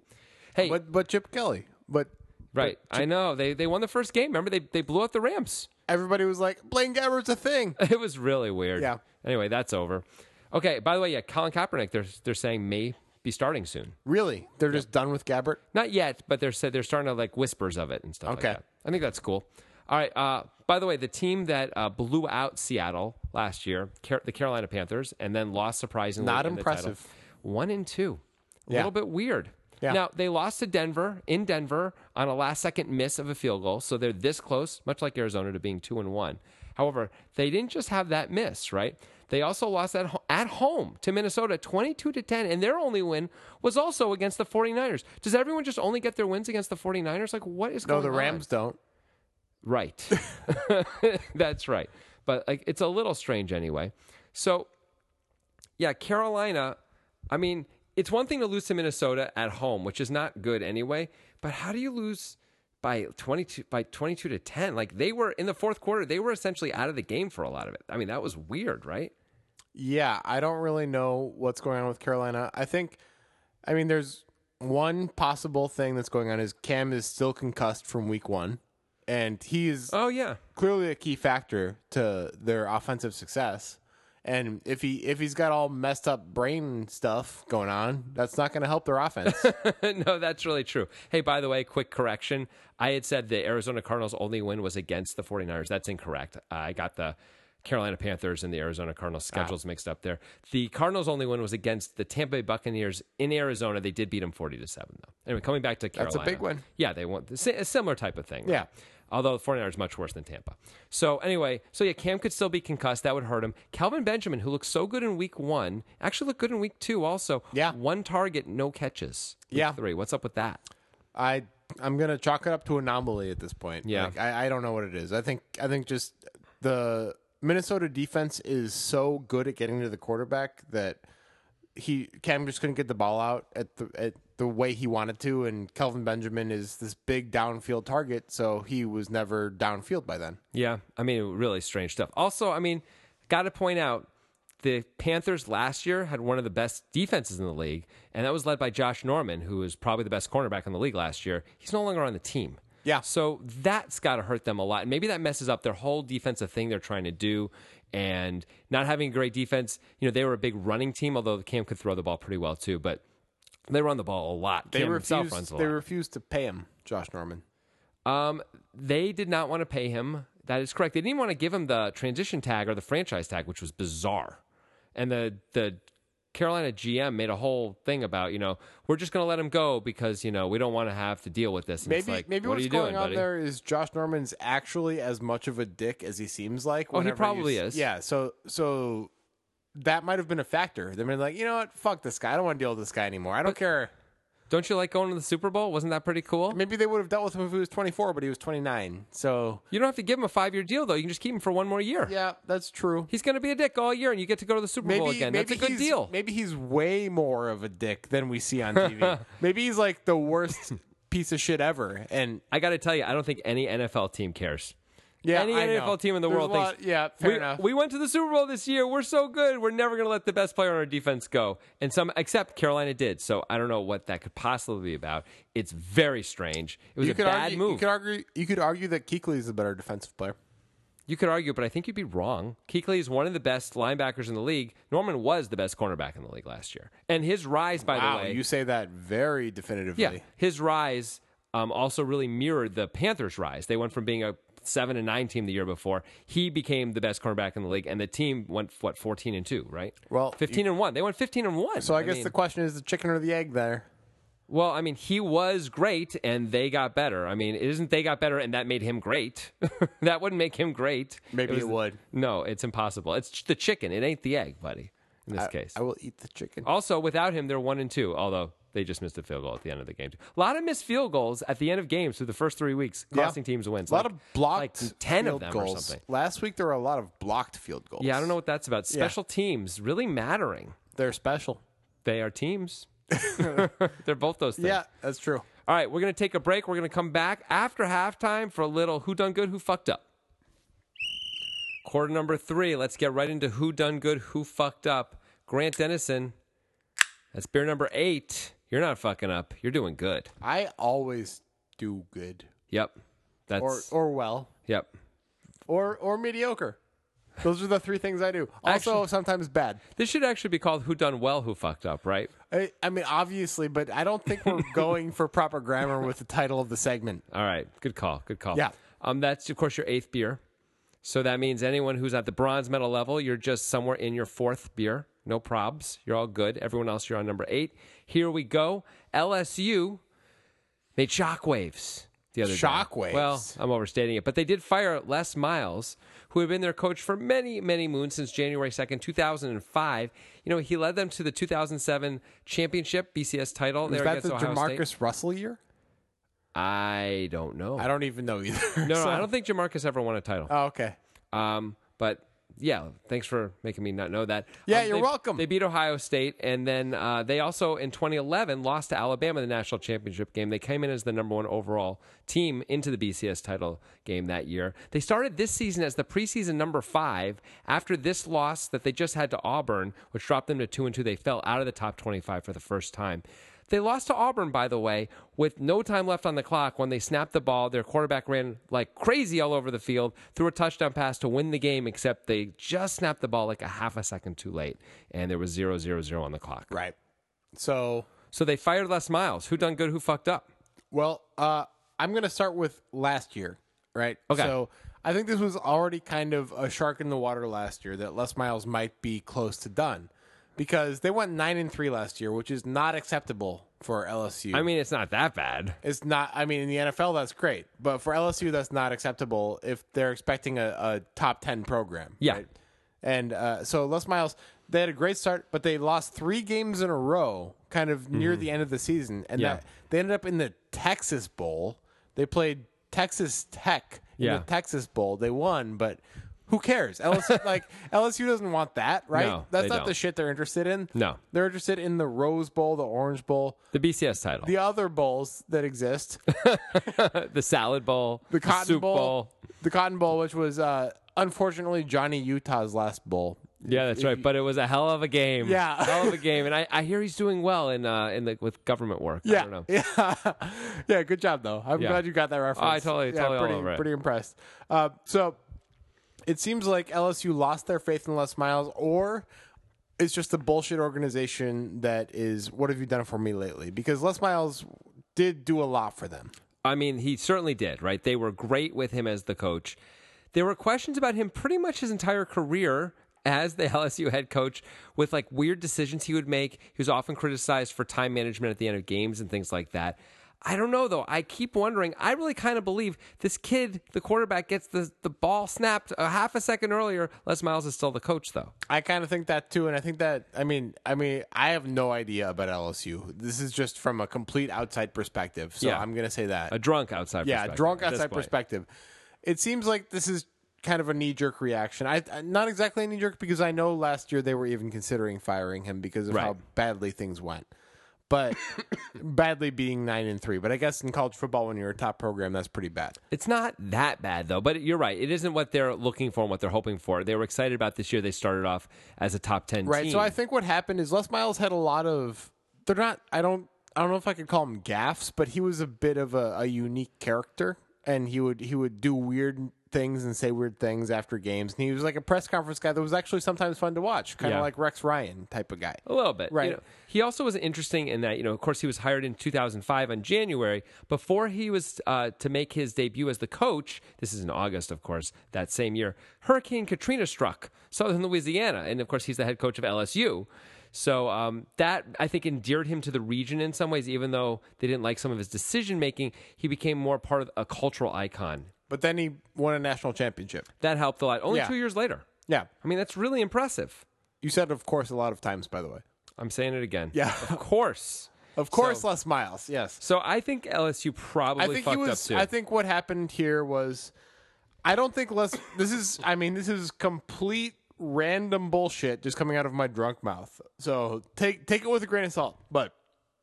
Hey, but but Chip Kelly, but right. I know. They they won the first game. Remember they they blew out the Rams. (laughs) everybody was like Blaine Gabbert's a thing. It was really weird. Yeah. Anyway, that's over. Okay, by the way, yeah, Colin Kaepernick they're they're saying may be starting soon. Really, they're just done with Gabbert. Not yet, but they're said they're starting to like whispers of it and stuff. Okay. like that. I think that's cool. All right. Uh, by the way, the team that uh, blew out Seattle last year, Car- the Carolina Panthers, and then lost surprisingly. Not in the title. impressive. One and two. A Yeah. little bit weird. Yeah. Now they lost to Denver in Denver on a last-second miss of a field goal, so they're this close, much like Arizona, to being two and one. However, they didn't just have that miss, right? They also lost at, ho- at home to Minnesota 22 to 10, and their only win was also against the 49ers. Does everyone just only get their wins against the 49ers? Like, what is No, going the on? Rams don't. Right. (laughs) That's right. But like it's a little strange anyway. So yeah, Carolina, I mean, it's one thing to lose to Minnesota at home, which is not good anyway, but how do you lose by 22 by 22 to 10? Like they were in the fourth quarter, they were essentially out of the game for a lot of it. I mean, that was weird, right? Yeah, I don't really know what's going on with Carolina. I think, I mean, there's one possible thing that's going on is Cam is still concussed from week one, and he is Oh yeah. clearly a key factor to their offensive success. And if he if he's got all messed up brain stuff going on, that's not going to help their offense. (laughs) no, that's really true. Hey, by the way, quick correction. I had said the Arizona Cardinals' only win was against the 49ers. That's incorrect. I got the Carolina Panthers and the Arizona Cardinals schedules mixed up there. The Cardinals' only win was against the Tampa Bay Buccaneers in Arizona. They did beat them 40 to 7, though. Anyway, coming back to Carolina. a big win. Yeah, they won. A similar type of thing. right? Yeah. Although the 49ers much worse than Tampa. So anyway, so yeah, Cam could still be concussed. That would hurt him. Calvin Benjamin, who looked so good in week one, actually looked good in week two also. Yeah. One target, no catches. Week Yeah. Three. What's up with that? I I'm gonna chalk it up to anomaly at this point. Yeah. like, I, I don't know what it is. I think I think just the Minnesota defense is so good at getting to the quarterback that he Cam just couldn't get the ball out at the at the way he wanted to, and Kelvin Benjamin is this big downfield target, so he was never downfield by then. Yeah. I mean, really strange stuff. Also, I mean, got to point out the Panthers last year had one of the best defenses in the league, and that was led by Josh Norman, who was probably the best cornerback in the league last year. He's no longer on the team. Yeah. So that's got to hurt them a lot. And maybe that messes up their whole defensive thing they're trying to do. And not having a great defense, you know, they were a big running team, although Cam could throw the ball pretty well too, but they run the ball a lot. They Cam himself runs refused. a They lot. refused to pay him, Josh Norman. Um, they did not want to pay him. That is correct. They didn't even want to give him the transition tag or the franchise tag, which was bizarre. And the the Carolina GM made a whole thing about, you know, we're just going to let him go because, you know, we don't want to have to deal with this. And it's Maybe like, maybe what what's are you going doing, on buddy? there is Josh Norman's actually as much of a dick as he seems like. Oh, he whenever you probably s- is. Yeah, so so that might have been a factor. They've been like, you know what, fuck this guy. I don't want to deal with this guy anymore. I don't care. Don't you like going to the Super Bowl? Wasn't that pretty cool? Maybe they would have dealt with him if he was 24, but he was 29. So You don't have to give him a five year deal, though. You can just keep him for one more year. yeah, that's true. He's going to be a dick all year, and you get to go to the Super Bowl Maybe, again. maybe That's a good he's, deal. Maybe he's way more of a dick than we see on (laughs) TV. maybe he's like the worst piece of shit ever. And I got to tell you, I don't think any NFL team cares. yeah, any I know. NFL team in the There's world a lot- thinks, yeah, fair we, enough. we went to the Super Bowl this year. We're so good. We're never going to let the best player on our defense go. And some, except Carolina did. So I don't know what that could possibly be about. It's very strange. It was you a could bad argue, move. You could argue. You could argue that Kuechly is a better defensive player. You could argue, but I think you'd be wrong. Keekly is one of the best linebackers in the league. Norman was the best cornerback in the league last year. And his rise, by Wow, the way, you say that very definitively. yeah, his rise um, also really mirrored the Panthers' rise. They went from being a seven and nine team the year before. He became the best cornerback in the league, and the team went what fourteen and two, right? Well, fifteen and one. They went fifteen and one. So I, guess mean- the question is the chicken or the egg there. well, I mean, he was great, and they got better. I mean, it isn't they got better, and that made him great. (laughs) that wouldn't make him great. Maybe was- it would. No, it's impossible. It's ch- the chicken. It ain't the egg, buddy. In this case. I will eat the chicken. also, without him, they're one and two. Although they just missed a field goal at the end of the game. A lot of missed field goals at the end of games through the first three weeks, costing teams wins. A lot Like- of blocked like ten field of them goals. or something. Last week there were a lot of blocked field goals. Yeah, I don't know what that's about. Special teams really mattering. They're special. They are (laughs) teams. (laughs) they're both those things. Yeah, that's true. All right, we're going to take a break. We're going to come back after halftime for a little who done good, who fucked up. Quarter number three. Let's get right into who done good, who fucked up. Grant Dennison, that's beer number eight. You're not fucking up. You're doing good. I always do good Yep. That's or or well yep. or or mediocre. Those are the three things I do. Also, (laughs) Actually- sometimes bad. This should actually be called who done well, who fucked up, right? I, I mean, obviously, but I don't (laughs) think we're going for proper grammar with the title of the segment. All right. Good call. Good call. Yeah. Um, that's of course your eighth beer. So that means anyone who's at the bronze medal level, you're just somewhere in your fourth beer. No probs. You're all good. Everyone else, you're on number eight. Here we go. LSU made shockwaves the other day. Shockwaves. Well, I'm overstating it, but they did fire Les Miles, who had been their coach for many, many moons since January 2nd, 2005. You know, he led them to the 2007 championship BCS title. Is there that against the Ohio Jamarcus State. Russell year? I don't know. I don't even know either. No, (laughs) no, I don't think Jamarcus ever won a title. Oh, okay. Um, but yeah, thanks for making me not know that. Yeah, Um, you're they- welcome. They beat Ohio State, and then uh, they also in 2011 lost to Alabama in the national championship game. They came in as the number one overall team into the BCS title game that year. They started this season as the preseason number five. After this loss that they just had to Auburn, which dropped them to two and two, they fell out of the top 25 for the first time. They lost to Auburn, by the way, with no time left on the clock when they snapped the ball. Their quarterback ran like crazy all over the field, threw a touchdown pass to win the game, except they just snapped the ball like a half a second too late, and there was zero zero zero on the clock. Right. So, So they fired Les Miles. Who done good, who fucked up? well, uh, I'm going to start with last year, right? Okay. So, I think this was already kind of a shark in the water last year that Les Miles might be close to done because they went 9 and 3 last year, which is not acceptable for LSU. I mean, it's not that bad. it's not, I mean, in the NFL, that's great, but for LSU, that's not acceptable if they're expecting a, a top 10 program. Yeah. Right? And uh, so Les Miles, they had a great start, but they lost three games in a row, kind of near the end of the season, and Mm-hmm. Yeah. that, they ended up in the Texas Bowl. They played Texas Tech in Yeah. the Texas Bowl. They won, but who cares? (laughs) LSU like LSU doesn't want that, right? No, That's they not don't. the shit they're interested in. No. they're interested in the Rose Bowl, the Orange Bowl, The BCS title, the other bowls that exist, the, Salad Bowl, the Cotton Soup bowl, the Cotton Bowl, which was uh, unfortunately Johnny Utah's last bowl. Yeah, that's right. But it was a hell of a game. Yeah. hell of a game. And I, I hear he's doing well in uh, in the with government work. I don't know. Yeah. (laughs) yeah, good job though. I'm Yeah. Oh, glad you got that reference. I totally- totally all pretty, over it. pretty impressed. Uh, so it seems like LSU lost their faith in Les Miles, or it's just a bullshit organization that is. What have you done for me lately? Because Les Miles did do a lot for them. I mean, he certainly did, right? They were great with him as the coach. There were questions about him pretty much his entire career as the (laughs) LSU head coach with like weird decisions he would make. He was often criticized for time management at the end of games and things like that. I don't know though. I keep wondering. I really kind of believe this kid, the quarterback, gets the, the ball snapped a half a second earlier. Les Miles is still the coach though. I kind of think that too, and I think that I mean, I mean, I have no idea about LSU. This is just from a complete outside perspective, so Yeah. I'm gonna say that. A drunk outside. yeah, perspective drunk at this outside point. perspective. It seems like this is kind of a knee jerk reaction. I not exactly a knee jerk because I know last year they were even considering firing him because of how Right. badly things went. But (coughs) badly being nine and three. But I guess in college football, when you're a top program, that's pretty bad. It's not that bad though, but you're right. It isn't what they're looking for and what they're hoping for. They were excited about this year. They started off as a top ten Right. team. So I think what happened is Les Miles had a lot of. They're not. I don't. I don't know if I could call him gaffes, but he was a bit of a, a unique character, and he would he would do weird things and say weird things after games, and he was like a press conference guy that was actually sometimes fun to watch, kind of Yeah. Oh. like Rex Ryan type of guy. A little bit. you Right. know. he also was interesting in that, you know, of course, he was hired in 2005 on January. Before he was uh, to make his debut as the coach, this is in August, of course, that same year, Hurricane Katrina struck Southern Louisiana. And of course, he's the head coach of LSU. So um, that, I think, endeared him to the region in some ways, even though they didn't like some of his decision making. He became more part of a cultural icon. But then he won a national championship. That helped a lot. Only Yeah. two years later. Yeah, I mean, that's really impressive. you said of course a lot of times. By the way, I'm saying it again. Yeah. Of course. of course Les Miles. Yes. So I think LSU probably I think fucked he was. up too. I think what happened here was, I don't think Les. this is. I mean, this is complete random bullshit just coming out of my drunk mouth. So take take it with a grain of salt. But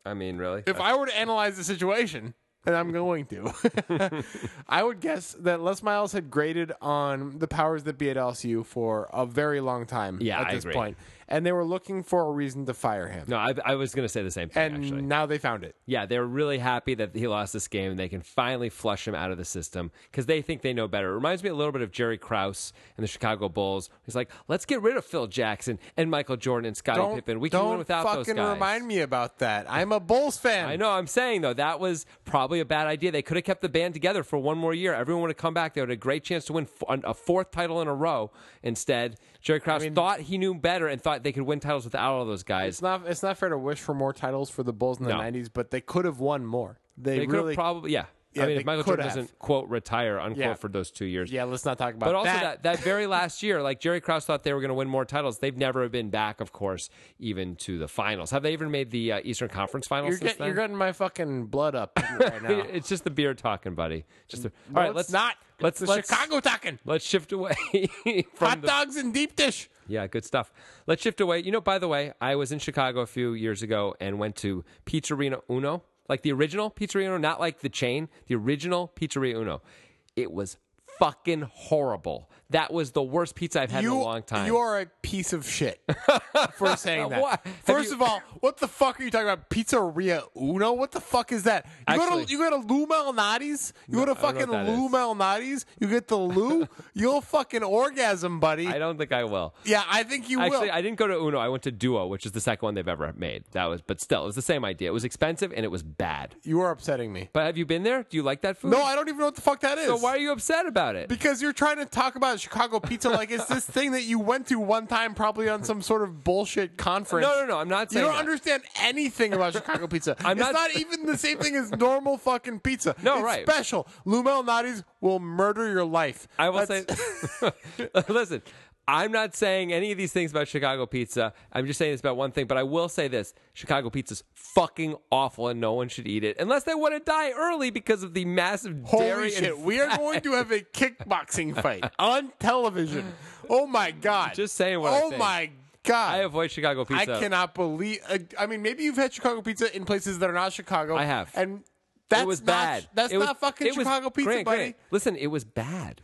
I mean, really? if I were to analyze the situation, and I'm going to, (laughs) I would guess that Les Miles had graded on the powers that be at LSU for a very long time. Yeah, at I this agree. point, and they were looking for a reason to fire him. no, I, I was going to say the same thing, and actually. now they found it. Yeah, they're really happy that he lost this game and they can finally flush him out of the system because they think they know better. It reminds me a little bit of Jerry Krause and the Chicago Bulls. He's like, let's get rid of Phil Jackson and Michael Jordan and Scottie Don't, Pippen. We can don't win without fucking those guys. remind me about that. I'm a Bulls fan. I know, I'm saying though, that was probably a bad idea. They could have kept the band together for one more year. Everyone would have come back. They would have had a great chance to win f- a fourth title in a row. Instead, Jerry Krause thought he knew better and thought they could win titles without all those guys. It's not it's not fair to wish for more titles for the Bulls in the No. '90s, but they could have won more. They, They could really, have probably, yeah. Yeah, I mean, they if Michael could Jordan have. doesn't quote retire unquote Yeah. for those two years, yeah. Let's not talk about But also that. that very last year, like Jerry Krause thought they were going to win more titles. They've never been back, of course, even to the finals. Have they even made the uh, Eastern Conference Finals? you're, since get, you're then? getting my fucking blood up (laughs) right (laughs) now. It's just the beer talking, buddy. Just the, No, all right. it's Let's not. Let's It's the let's, Chicago talking. let's shift away (laughs) from Hot the dogs and deep dish. Yeah, good stuff. Let's shift away. You know, by the way, I was in Chicago a few years ago and went to Pizzeria Uno, like the original Pizzeria Uno, not like the chain, the original Pizzeria Uno. It was fucking horrible. That was the worst pizza I've had You in a long time. you are a piece (laughs) of shit for saying that. What? Have First you- of all, what the fuck are you talking about? Pizzeria Uno? What the fuck is that? You go to Actually- you go to Lou Malnati's. You go to I don't know fucking what that Lou is. Malnati's. You get (laughs) the Lou. You'll fucking orgasm, buddy. I don't think I will. yeah, I think you will. Actually, I didn't go to Uno. I went to Duo, which is the second one they've ever made. That was, but still, it was the same idea. It was expensive and it was bad. You are upsetting me. But have you been there? Do you like that food? No, I don't even know what the fuck that is. So why are you upset about it? Because you're trying to talk about Chicago pizza like it's this thing that you went to one time, probably on some sort of bullshit conference. No, no, no, I'm not You saying don't that. understand anything about Chicago pizza. (laughs) I'm it's not- not even the same thing as normal fucking pizza. No, it's right. Special. Lumel Nadi's will murder your life. I will That's- say, (laughs) listen, I'm not saying any of these things about Chicago pizza. I'm just saying this about one thing, but I will say this Chicago pizza's fucking awful and no one should eat it unless they want to die early because of the massive (laughs) Holy dairy. and shit! We are going to have a kickboxing fight on television. Oh my god! Just saying what I Oh think. my (laughs) god! I avoid Chicago pizza. I cannot believe. I, I mean, maybe you've had Chicago pizza in places that are not Chicago. I have. and that's it was not, bad. That's It was- not fucking it was- Chicago pizza, Grant, buddy. Grant, listen, it was bad.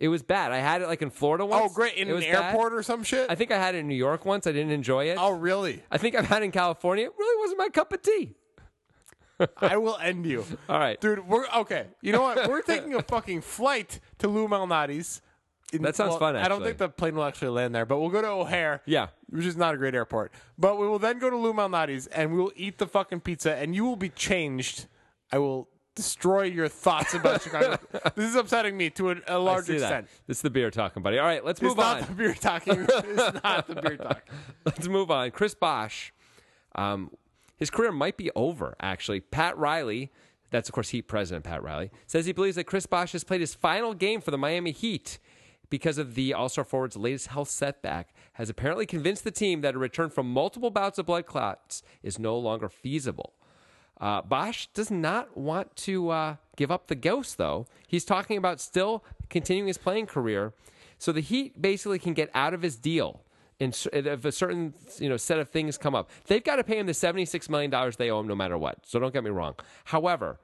It was bad. I had it like in Florida Oh, once. great! In It an was bad. airport or some shit. I think I had it in New York once. I didn't enjoy it. oh, really? I think I've had it in California. It really wasn't my cup of tea. I will end you. All right. dude. We're okay. You know what? We're taking a fucking flight to Lou Malnati's. In- That sounds well, fun, I don't actually. think the plane will actually land there, but we'll go to O'Hare. Yeah. which is not a great airport. But we will then go to Lou Malnati's and we will eat the fucking pizza, and you will be changed. I will destroy your (laughs) thoughts about Chicago. This is upsetting me to a, a I large see that. extent. This is the beer talking, buddy. All right, let's It's move not on. the beer talking. it's not the (laughs) beer talk. Let's move on. Chris Bosch, um, his career might be over, actually. Pat Riley, that's of course Heat president Pat Riley, says he believes that Chris Bosch has played his final game for the Miami Heat because of the All Star forward's latest health setback, has apparently convinced the team that a return from multiple bouts of blood clots is no longer feasible. Uh, Bosch does not want to uh, give up the ghost, though. He's talking about still continuing his playing career, so the Heat basically can get out of his deal. And s- and if a certain you know set of things come up, they've got to pay him the seventy six million dollars they owe him, no matter what. So don't get me wrong. However,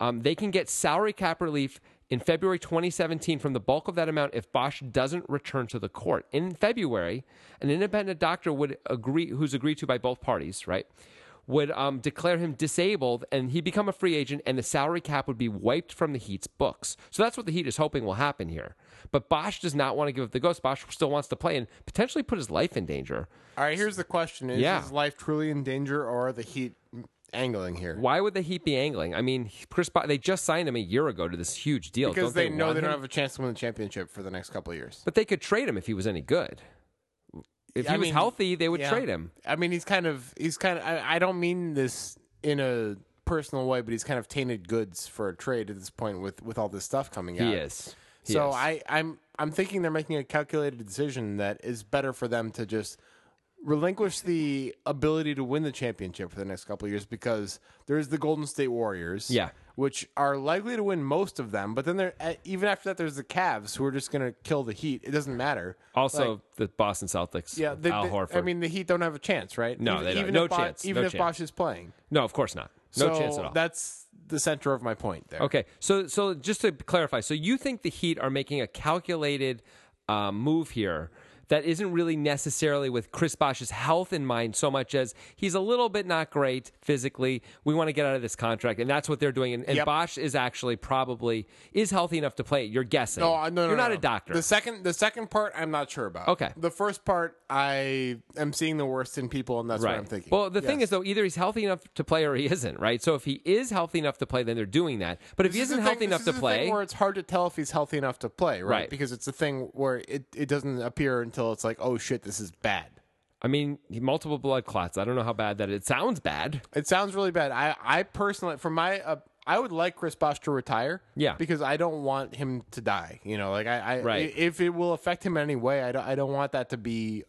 um, they can get salary cap relief in February 2017 from the bulk of that amount if Bosch doesn't return to the court. In February, an independent doctor would agree, who's agreed to by both parties, right, would um, declare him disabled and he'd become a free agent and the salary cap would be wiped from the Heat's books. So that's what the Heat is hoping will happen here. But Bosch does not want to give up the ghost. Bosch still wants to play and potentially put his life in danger. All right, here's the question: Is Yeah. his life truly in danger, or are the Heat angling here? Why would the Heat be angling? I mean, Chris Bosh, they just signed him a year ago to this huge deal. Because Don't they, know want they don't him? have a chance to win the championship for the next couple of years. But they could trade him if he was any good. If I he was mean, healthy, they would yeah. trade him. I mean, he's kind of he's kind of. I, I don't mean this in a personal way, but he's kind of tainted goods for a trade at this point with with all this stuff coming out. He is. He so is. I I'm I'm thinking they're making a calculated decision that is better for them to just relinquish the ability to win the championship for the next couple of years because there's the Golden State Warriors. Yeah. Which are likely to win most of them, but then there eh, even after that there's the Cavs who are just going to kill the Heat. It doesn't matter. also the Boston Celtics. Yeah, they, Al they- Horford. I mean, the Heat don't have a chance, right? No, even, they don't. Even No if Bo- chance. Even No if chance. Bosch is playing, no, of course not. No So chance at all. That's the center of my point there. okay, so so just to clarify, so you think the Heat are making a calculated um, move here that isn't really necessarily with Chris Bosch's health in mind so much as he's a little bit not great physically. We want to get out of this contract, and that's what they're doing. And, and Yep. Bosch is actually probably is healthy enough to play. You're guessing. No, Oh, I- no, no, You're not no. a doctor. The second, the second part, I'm not sure about. Okay. The first part, I am seeing the worst in people, and that's what I'm thinking. Well, the thing is, though, either he's healthy enough to play or he isn't, right? So if he is healthy enough to play, then they're doing that. But if he This is isn't the healthy thing- enough this to is the thing play, where it's hard to tell if he's healthy enough to play, right? Right. Because it's a thing where it, it doesn't appear until it's like, oh shit, this is bad. I mean, multiple blood clots. I don't know how bad that is. It sounds bad. It sounds really bad. I, I personally, for my, uh, I would like Chris Bosh to retire. Yeah. Because I don't want him to die. You know, like I, I Right. i- if it will affect him in any way, I don't, I don't want that to be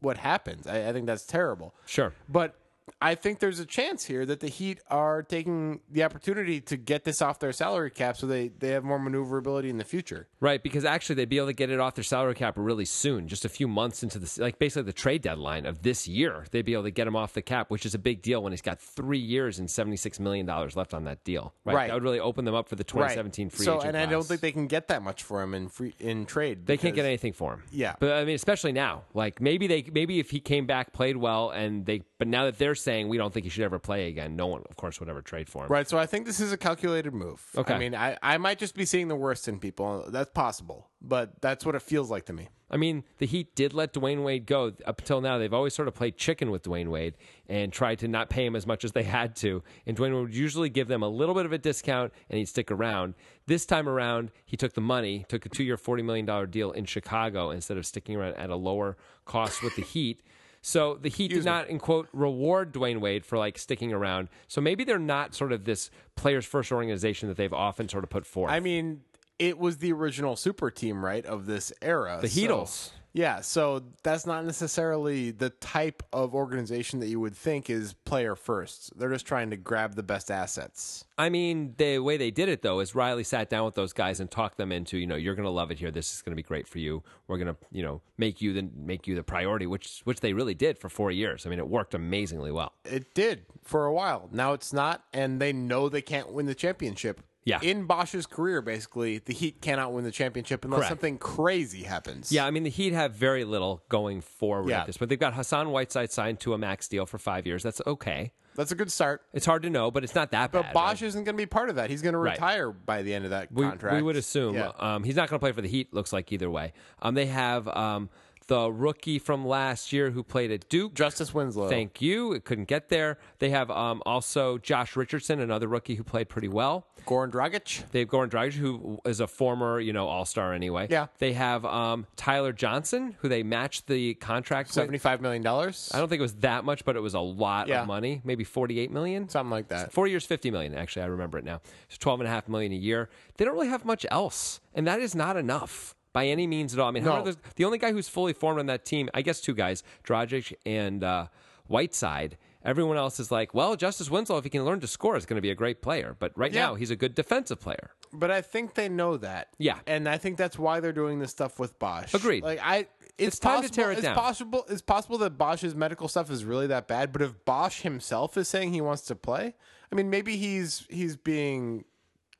what happens. I, I think that's terrible. Sure. But I think there's a chance here that the Heat are taking the opportunity to get this off their salary cap so they, they have more maneuverability in the future. Right, because actually they'd be able to get it off their salary cap really soon, just a few months into the like basically the trade deadline of this year. They'd be able to get him off the cap, which is a big deal when he's got three years and seventy six million dollars left on that deal. Right? Right. that would really open them up for the twenty seventeen free so, agent. and I don't class. think they can get that much for him in free in trade. They can't get anything for him. Yeah. but I mean, especially now. Like maybe they, maybe if he came back, played well, and they, but now that they're saying we don't think he should ever play again, no one, of course, would ever trade for him. Right, so I think this is a calculated move. Okay. I mean, I, I might just be seeing the worst in people. That's possible, but that's what it feels like to me. I mean, the Heat did let Dwayne Wade go up until now. They've always sort of played chicken with Dwayne Wade and tried to not pay him as much as they had to. And Dwayne Wade would usually give them a little bit of a discount and he'd stick around. This time around, he took the money, took a two year, $40 million deal in Chicago instead of sticking around at a lower cost with the Heat. So the Heat did not, in quote, reward Dwayne Wade for like sticking around. So maybe they're not sort of this players first organization that they've often sort of put forth. I mean, it was the original super team, right, of this era. The Heatles. yeah, so that's not necessarily the type of organization that you would think is player first. They're just trying to grab the best assets. I mean, the way they did it though is Riley sat down with those guys and talked them into, you know, you're going to love it here. This is going to be great for you. We're going to, you know, make you the make you the priority, which which they really did for four years. I mean, it worked amazingly well. It did for a while. Now it's not, and they know they can't win the championship. Yeah. In Bosch's career, basically, the Heat cannot win the championship unless Correct. something crazy happens. Yeah, I mean, the Heat have very little going forward Yeah. at this, but they've got Hassan Whiteside signed to a max deal for five years. That's okay. That's a good start. It's hard to know, but it's not that But bad. Bosch isn't going to be part of that. He's going to Right. retire by the end of that We- contract. We would assume Yeah. um, he's not going to play for the Heat. Looks like either way. Um, they have um, the rookie from last year who played at Duke. Justice Winslow. Thank you. It couldn't get there. They have um, also Josh Richardson, another rookie who played pretty well. Goran Dragic. They have Goran Dragic, who is a former, you know, All Star anyway. Yeah. They have um, Tyler Johnson, who they matched the contract with. $75 million. I don't think it was that much, but it was a lot Yeah. of money. Maybe forty-eight million, Something like that. Four years, fifty million. Actually, I remember it now. It's twelve and a half million a year. They don't really have much else, and that is not enough by any means at all. I mean, how No. are those, the only guy who's fully formed on that team, I guess, two guys, Dragic and uh, Whiteside. Everyone else is like, well, Justice Winslow, if he can learn to score, is going to be a great player. But right Yeah. now, he's a good defensive player. But I think they know that. Yeah. And I think that's why they're doing this stuff with Bosch. Agreed. Like I it's, It's time to possible, tear it it's down. possible it's possible that Bosch's medical stuff is really that bad, but if Bosch himself is saying he wants to play, I mean maybe he's he's being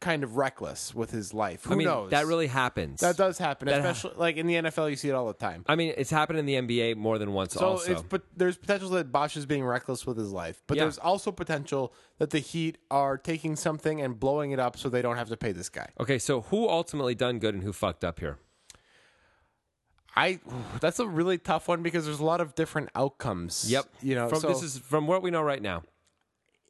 kind of reckless with his life. Who I mean, knows? that really happens. that does happen, especially like in the NFL you see it all the time. I mean, it's happened in the NBA more than once. So also, it's but there's potential that Bosch is being reckless with his life, but Yeah. there's also potential that the Heat are taking something and blowing it up so they don't have to pay this guy. okay. So who ultimately done good and who fucked up here? I that's a really tough one because there's a lot of different outcomes. Yep. You know, from, so this is from what we know right now.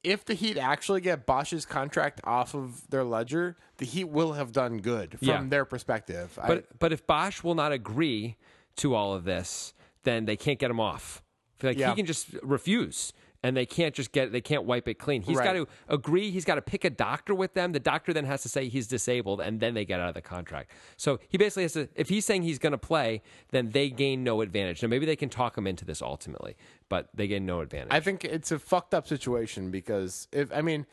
if the Heat actually get Bosch's contract off of their ledger, the Heat will have done good from Yeah. their perspective. I- But but if Bosch will not agree to all of this, then they can't get him off. Like Yeah. he can just refuse. And they can't just get they can't wipe it clean. He's Right. got to agree. He's got to pick a doctor with them. The doctor then has to say he's disabled, and then they get out of the contract. So he basically has to. If he's saying he's going to play, then they gain no advantage. Now maybe they can talk him into this ultimately, but they gain no advantage. I think it's a fucked up situation because if I mean,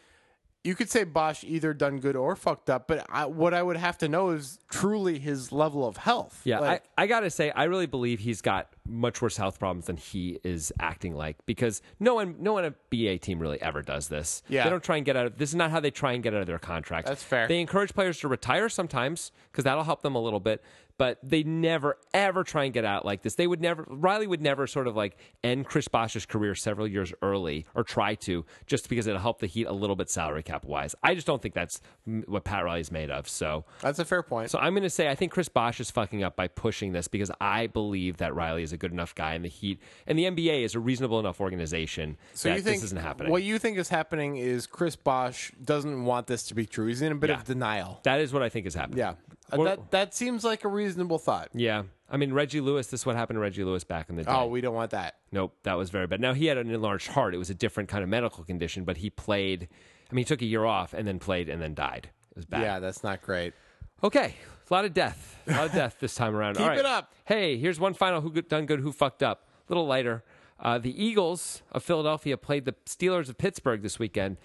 you could say Bosch either done good or fucked up, but I, what I would have to know is truly his level of health. Yeah, Like, I, I gotta say, I really believe he's got much worse health problems than he is acting like because no one, no one NBA team really ever does this. Yeah. they don't try and get out of. This is not how they try and get out of their contracts. That's fair. They encourage players to retire sometimes because that'll help them a little bit, but they never ever try and get out like this. They would never. Riley would never sort of like end Chris Bosh's career several years early or try to just because it'll help the Heat a little bit salary cap wise. I just don't think that's m- what Pat Riley's made of. So that's a fair point. so I'm going to say I think Chris Bosch is fucking up by pushing this because I believe that Riley is a good enough guy in the Heat and the NBA is a reasonable enough organization So that you think this isn't happening. What you think is happening is Chris Bosch doesn't want this to be true. He's in a bit Yeah. of denial. that is what I think is happening. Yeah, Uh, Or- that that seems like a reasonable thought. yeah. I mean Reggie Lewis. This is what happened to Reggie Lewis back in the day. Oh, we don't want that. Nope, that was very bad. Now he had an enlarged heart. It was a different kind of medical condition, but he played. I mean, he took a year off and then played and then died. It was bad. Yeah, that's not great. Okay, a lot of death, a lot of death this time (laughs) around. Keep All right. it up. Hey, here's one final: who good- done good, who fucked up? A little lighter. Uh, the Eagles of Philadelphia played the Steelers of Pittsburgh this weekend,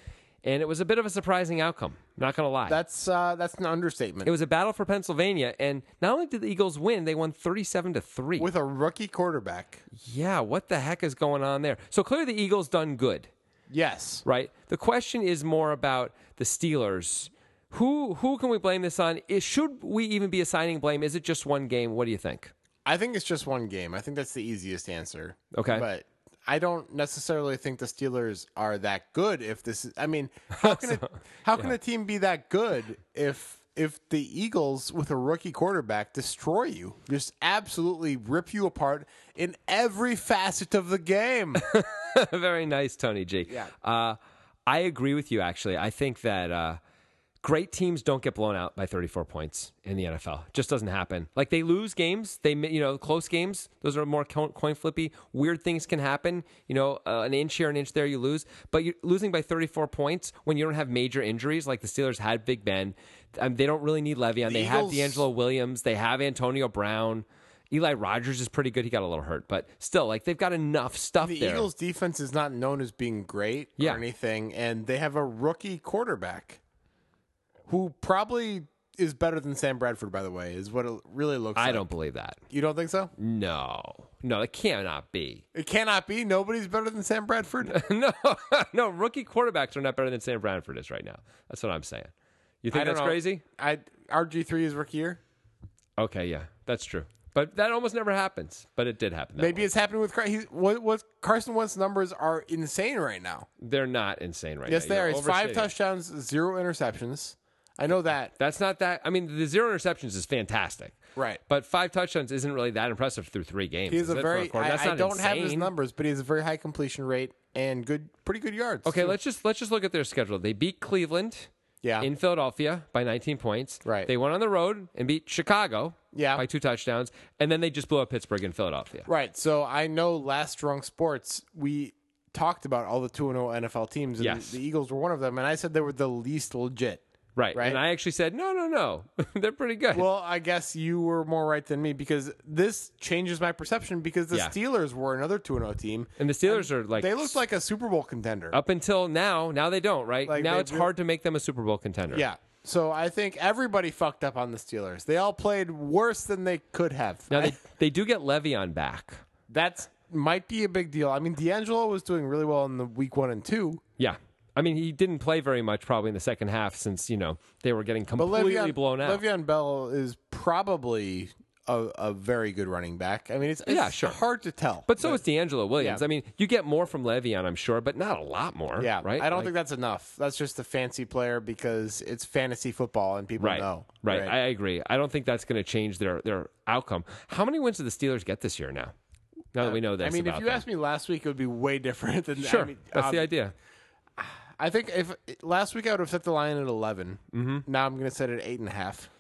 and it was a bit of a surprising outcome. Not gonna lie. That's uh, that's an understatement. it was a battle for Pennsylvania, and not only did the Eagles win, they won thirty-seven to three. With a rookie quarterback, Yeah, what the heck is going on there? So clearly, the Eagles done good. yes, right? The question is more about the Steelers. Who who can we blame this on? Is, should we even be assigning blame? Is it just one game? What do you think? I think it's just one game. I think that's the easiest answer. Okay. but I don't necessarily think the Steelers are that good. If this, is, I mean, (laughs) how can a, how can a team be that good if if the Eagles with a rookie quarterback destroy you, just absolutely rip you apart in every facet of (laughs) the game? Very nice, Tony G. Yeah. Uh, I agree with you. Actually, I think that uh, great teams don't get blown out by 34 points in the NFL. Just doesn't happen. Like they lose games. They mi- you know close games. Those are more co- coin flippy. Weird things can happen. You know, uh, an inch here, an inch there, you lose. But you're losing by 34 points when you don't have major injuries like the Steelers had Big Ben. Um, they don't really need Le'Veon. they have Eagles- D'Angelo Williams. They have Antonio Brown. Eli Rogers is pretty good. He got a little hurt, but still, like they've got enough stuff The there. Eagles defense is not known as being great Yeah. or anything, and they have a rookie quarterback who probably is better than Sam Bradford. By the way, is what it really looks. I like. don't believe that. You don't think so? No, no, it cannot be. (laughs) It cannot be. Nobody's better than Sam Bradford. No, no, rookie quarterbacks are not better than Sam Bradford is right now. That's what I'm saying. You think I don't that's know. crazy? I RG three is rookie year. Okay, yeah, that's true. But that almost never happens. But it did happen. that Maybe it's happening with Car- he's, what, what Carson Wentz numbers are insane right now. way. they're not insane right Yes, now. they are. You're He's five overstating it. touchdowns, zero interceptions. I know that. That's not that. I mean, the zero interceptions is fantastic. Right. But five touchdowns isn't really that impressive through three games. He's is a it, for very. quarter- That's I, I not don't have his insane. numbers, but he has a very high completion rate and good, pretty good yards. Okay, too. let's just let's just look at their schedule. They beat Cleveland, Hmm. Yeah. in Philadelphia by 19 points. Right. They went on the road and beat Chicago, Yeah. by two touchdowns, and then they just blew up Pittsburgh and Philadelphia. Right. So I know last Drunk Sports, we talked about all the oh 2 0 NFL teams, and Yes. the Eagles were one of them. And I said they were the least legit. Right. Right. And I actually said, no, no, (laughs) no, they're pretty good. Well, I guess you were more right than me because this changes my perception because the Yeah. Steelers were another 2 0 team. and the Steelers are like They looked like a Super Bowl contender. up until now. Now they don't. Right. Like, now they it's re- hard to make them a Super Bowl contender. Yeah. So I think everybody fucked up on the Steelers. They all played worse than they could have. Now I- (laughs) they they do get Le'Veon back. that's might be a big deal. I mean, D'Angelo was doing really well in the week one and two. Yeah. I mean, he didn't play very much probably in the second half since, you know, they were getting But completely Le'Veon, blown out. Le'Veon Bell is probably a, a very good running back. I mean, it's, it's Yeah, sure. hard to tell. But so is D'Angelo Williams. Yeah. I mean, you get more from Le'Veon, I'm sure, but not a lot more. yeah, right. I don't Like- think that's enough. That's just a fancy player because it's fantasy football and people right, know. right. I agree. I don't think that's going to change their their outcome. How many wins did the Steelers get this year? Now, now that we know this. I mean, if about you them. asked me last week, it would be way different than sure, I mean, um, that's the ob- idea. I think if last week I would have set the line at 11 Mm-hmm. Now I'm going to set it at eight and a half.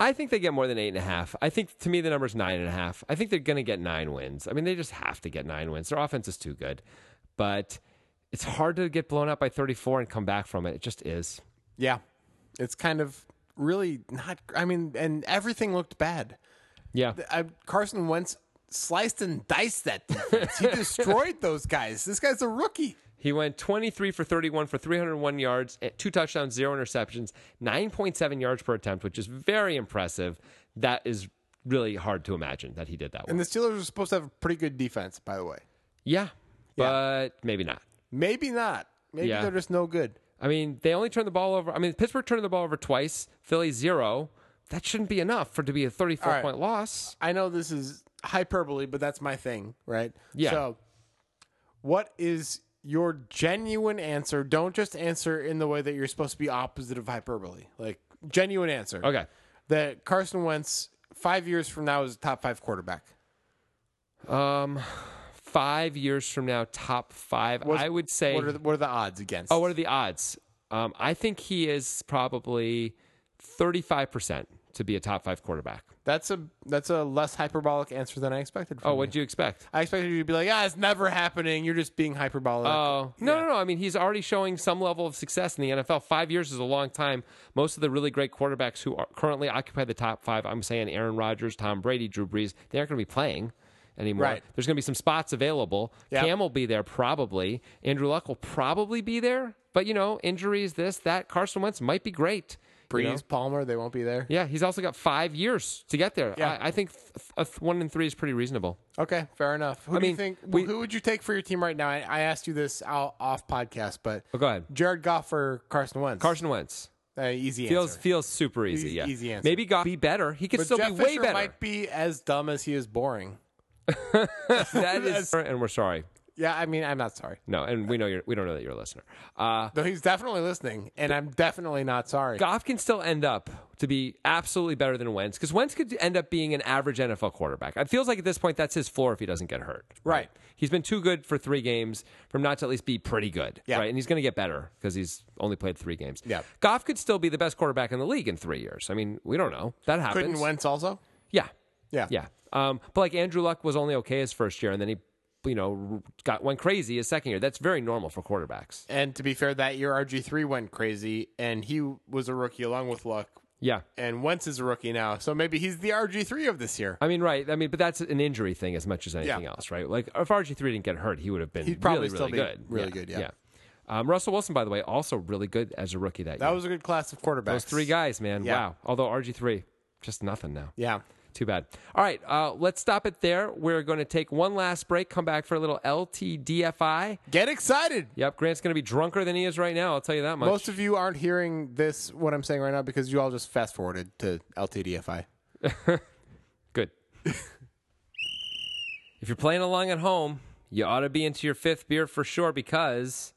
I think they get more than eight and a half. I think to me the number's nine and a half. I think they're going to get nine wins. I mean, they just have to get nine wins. Their offense is too good, but it's hard to get blown out by 34 and come back from it. It just is. Yeah, it's kind of really not. I mean, and everything looked bad. Yeah. I, Carson Wentz sliced and diced that defense. (laughs) he destroyed those guys. This guy's a rookie. He went 23 for 31 for 301 yards, eh, two touchdowns, zero interceptions, 9.7 yards per attempt, which is very impressive. That is really hard to imagine that he did that And well. the Steelers are supposed to have a pretty good defense, by the way. Yeah, but maybe not. Maybe not. Maybe Yeah. they're just no good. I mean, they only turned the ball over. I mean, Pittsburgh turned the ball over twice, Philly zero. That shouldn't be enough for it to be a 34 All right. point loss. I know this is hyperbole, but that's my thing, right? Yeah. So, what is your genuine answer? Don't just answer in the way that you're supposed to be opposite of hyperbole. Like genuine answer. Okay. That Carson Wentz five years from now is a top five quarterback. Um, five years from now, top five. What's- I would say. What are the, what are the odds against? Oh, what are the odds? Um, I think he is probably 35% to be a top five quarterback. That's a that's a less hyperbolic answer than I expected. From Oh, you. what'd you expect? I expected you to be like, ah, it's never happening. You're just being hyperbolic. Oh, no, no, no. I mean, he's already showing some level of success in the NFL. Five years is a long time. Most of the really great quarterbacks who are currently occupy the top five, I'm saying Aaron Rodgers, Tom Brady, Drew Brees, they aren't going to be playing anymore. Right. There's going to be some spots available. Yeah. Cam will be there probably. Andrew Luck will probably be there. But, you know, injuries, this, that. Carson Wentz might be great. you Breeze, know? Palmer, they won't be there. Yeah, he's also got five years to get there. Yeah. I, I think th- th- a th- one and three is pretty reasonable. Okay, fair enough. Who do mean, you think? we- who would you take for your team right now? I, I asked you this out, off podcast, but Oh, go ahead. Jared Goff or Carson Wentz? Carson Wentz uh, easy feels answer. feels super easy. Easy- yeah, easy answer. Maybe Goff be better. He could But still Jeff be way Fisher better. might be as dumb as he is boring. (laughs) that is, and we're sorry. Yeah, I mean, I'm not sorry. No, and we know you're. We don't know that you're a listener. Uh, Though he's definitely listening, and I'm definitely not sorry. Goff can still end up to be absolutely better than Wentz because Wentz could end up being an average NFL quarterback. It feels like at this point that's his floor if he doesn't get hurt. Right. He's been too good for three games from not to at least be pretty good. Yeah. Right. And he's going to get better because he's only played three games. Yeah. Goff could still be the best quarterback in the league in three years. I mean, we don't know. That happens. Couldn't Wentz also? Yeah. Yeah. Yeah. Um, but like Andrew Luck was only okay his first year, and then he, you know, got went crazy his second year. That's very normal for quarterbacks. And to be fair, that year RG3 went crazy, and he was a rookie along with Luck, Yeah. and Wentz is a rookie now, so maybe he's the RG3 of this year. I mean, right. I mean, but that's an injury thing as much as anything Yeah. else, right? Like if RG three didn't get hurt, he would have been He'd really, probably still really be good. really good, yeah. Um, Russell Wilson, by the way, also really good as a rookie that, That year. was a good class of quarterbacks. Those three guys, man. Yeah. Wow. Although RG three, just nothing now. Yeah. Too bad. All right, uh, let's stop it there. We're going to take one last break. Come back for a little LTDFI. Get excited. Yep, Grant's going to be drunker than he is right now. I'll tell you that much. Most of you aren't hearing this, what I'm saying right now, because you all just fast forwarded to LTDFI. Good. if you're playing along at home, you ought to be into your fifth beer for sure because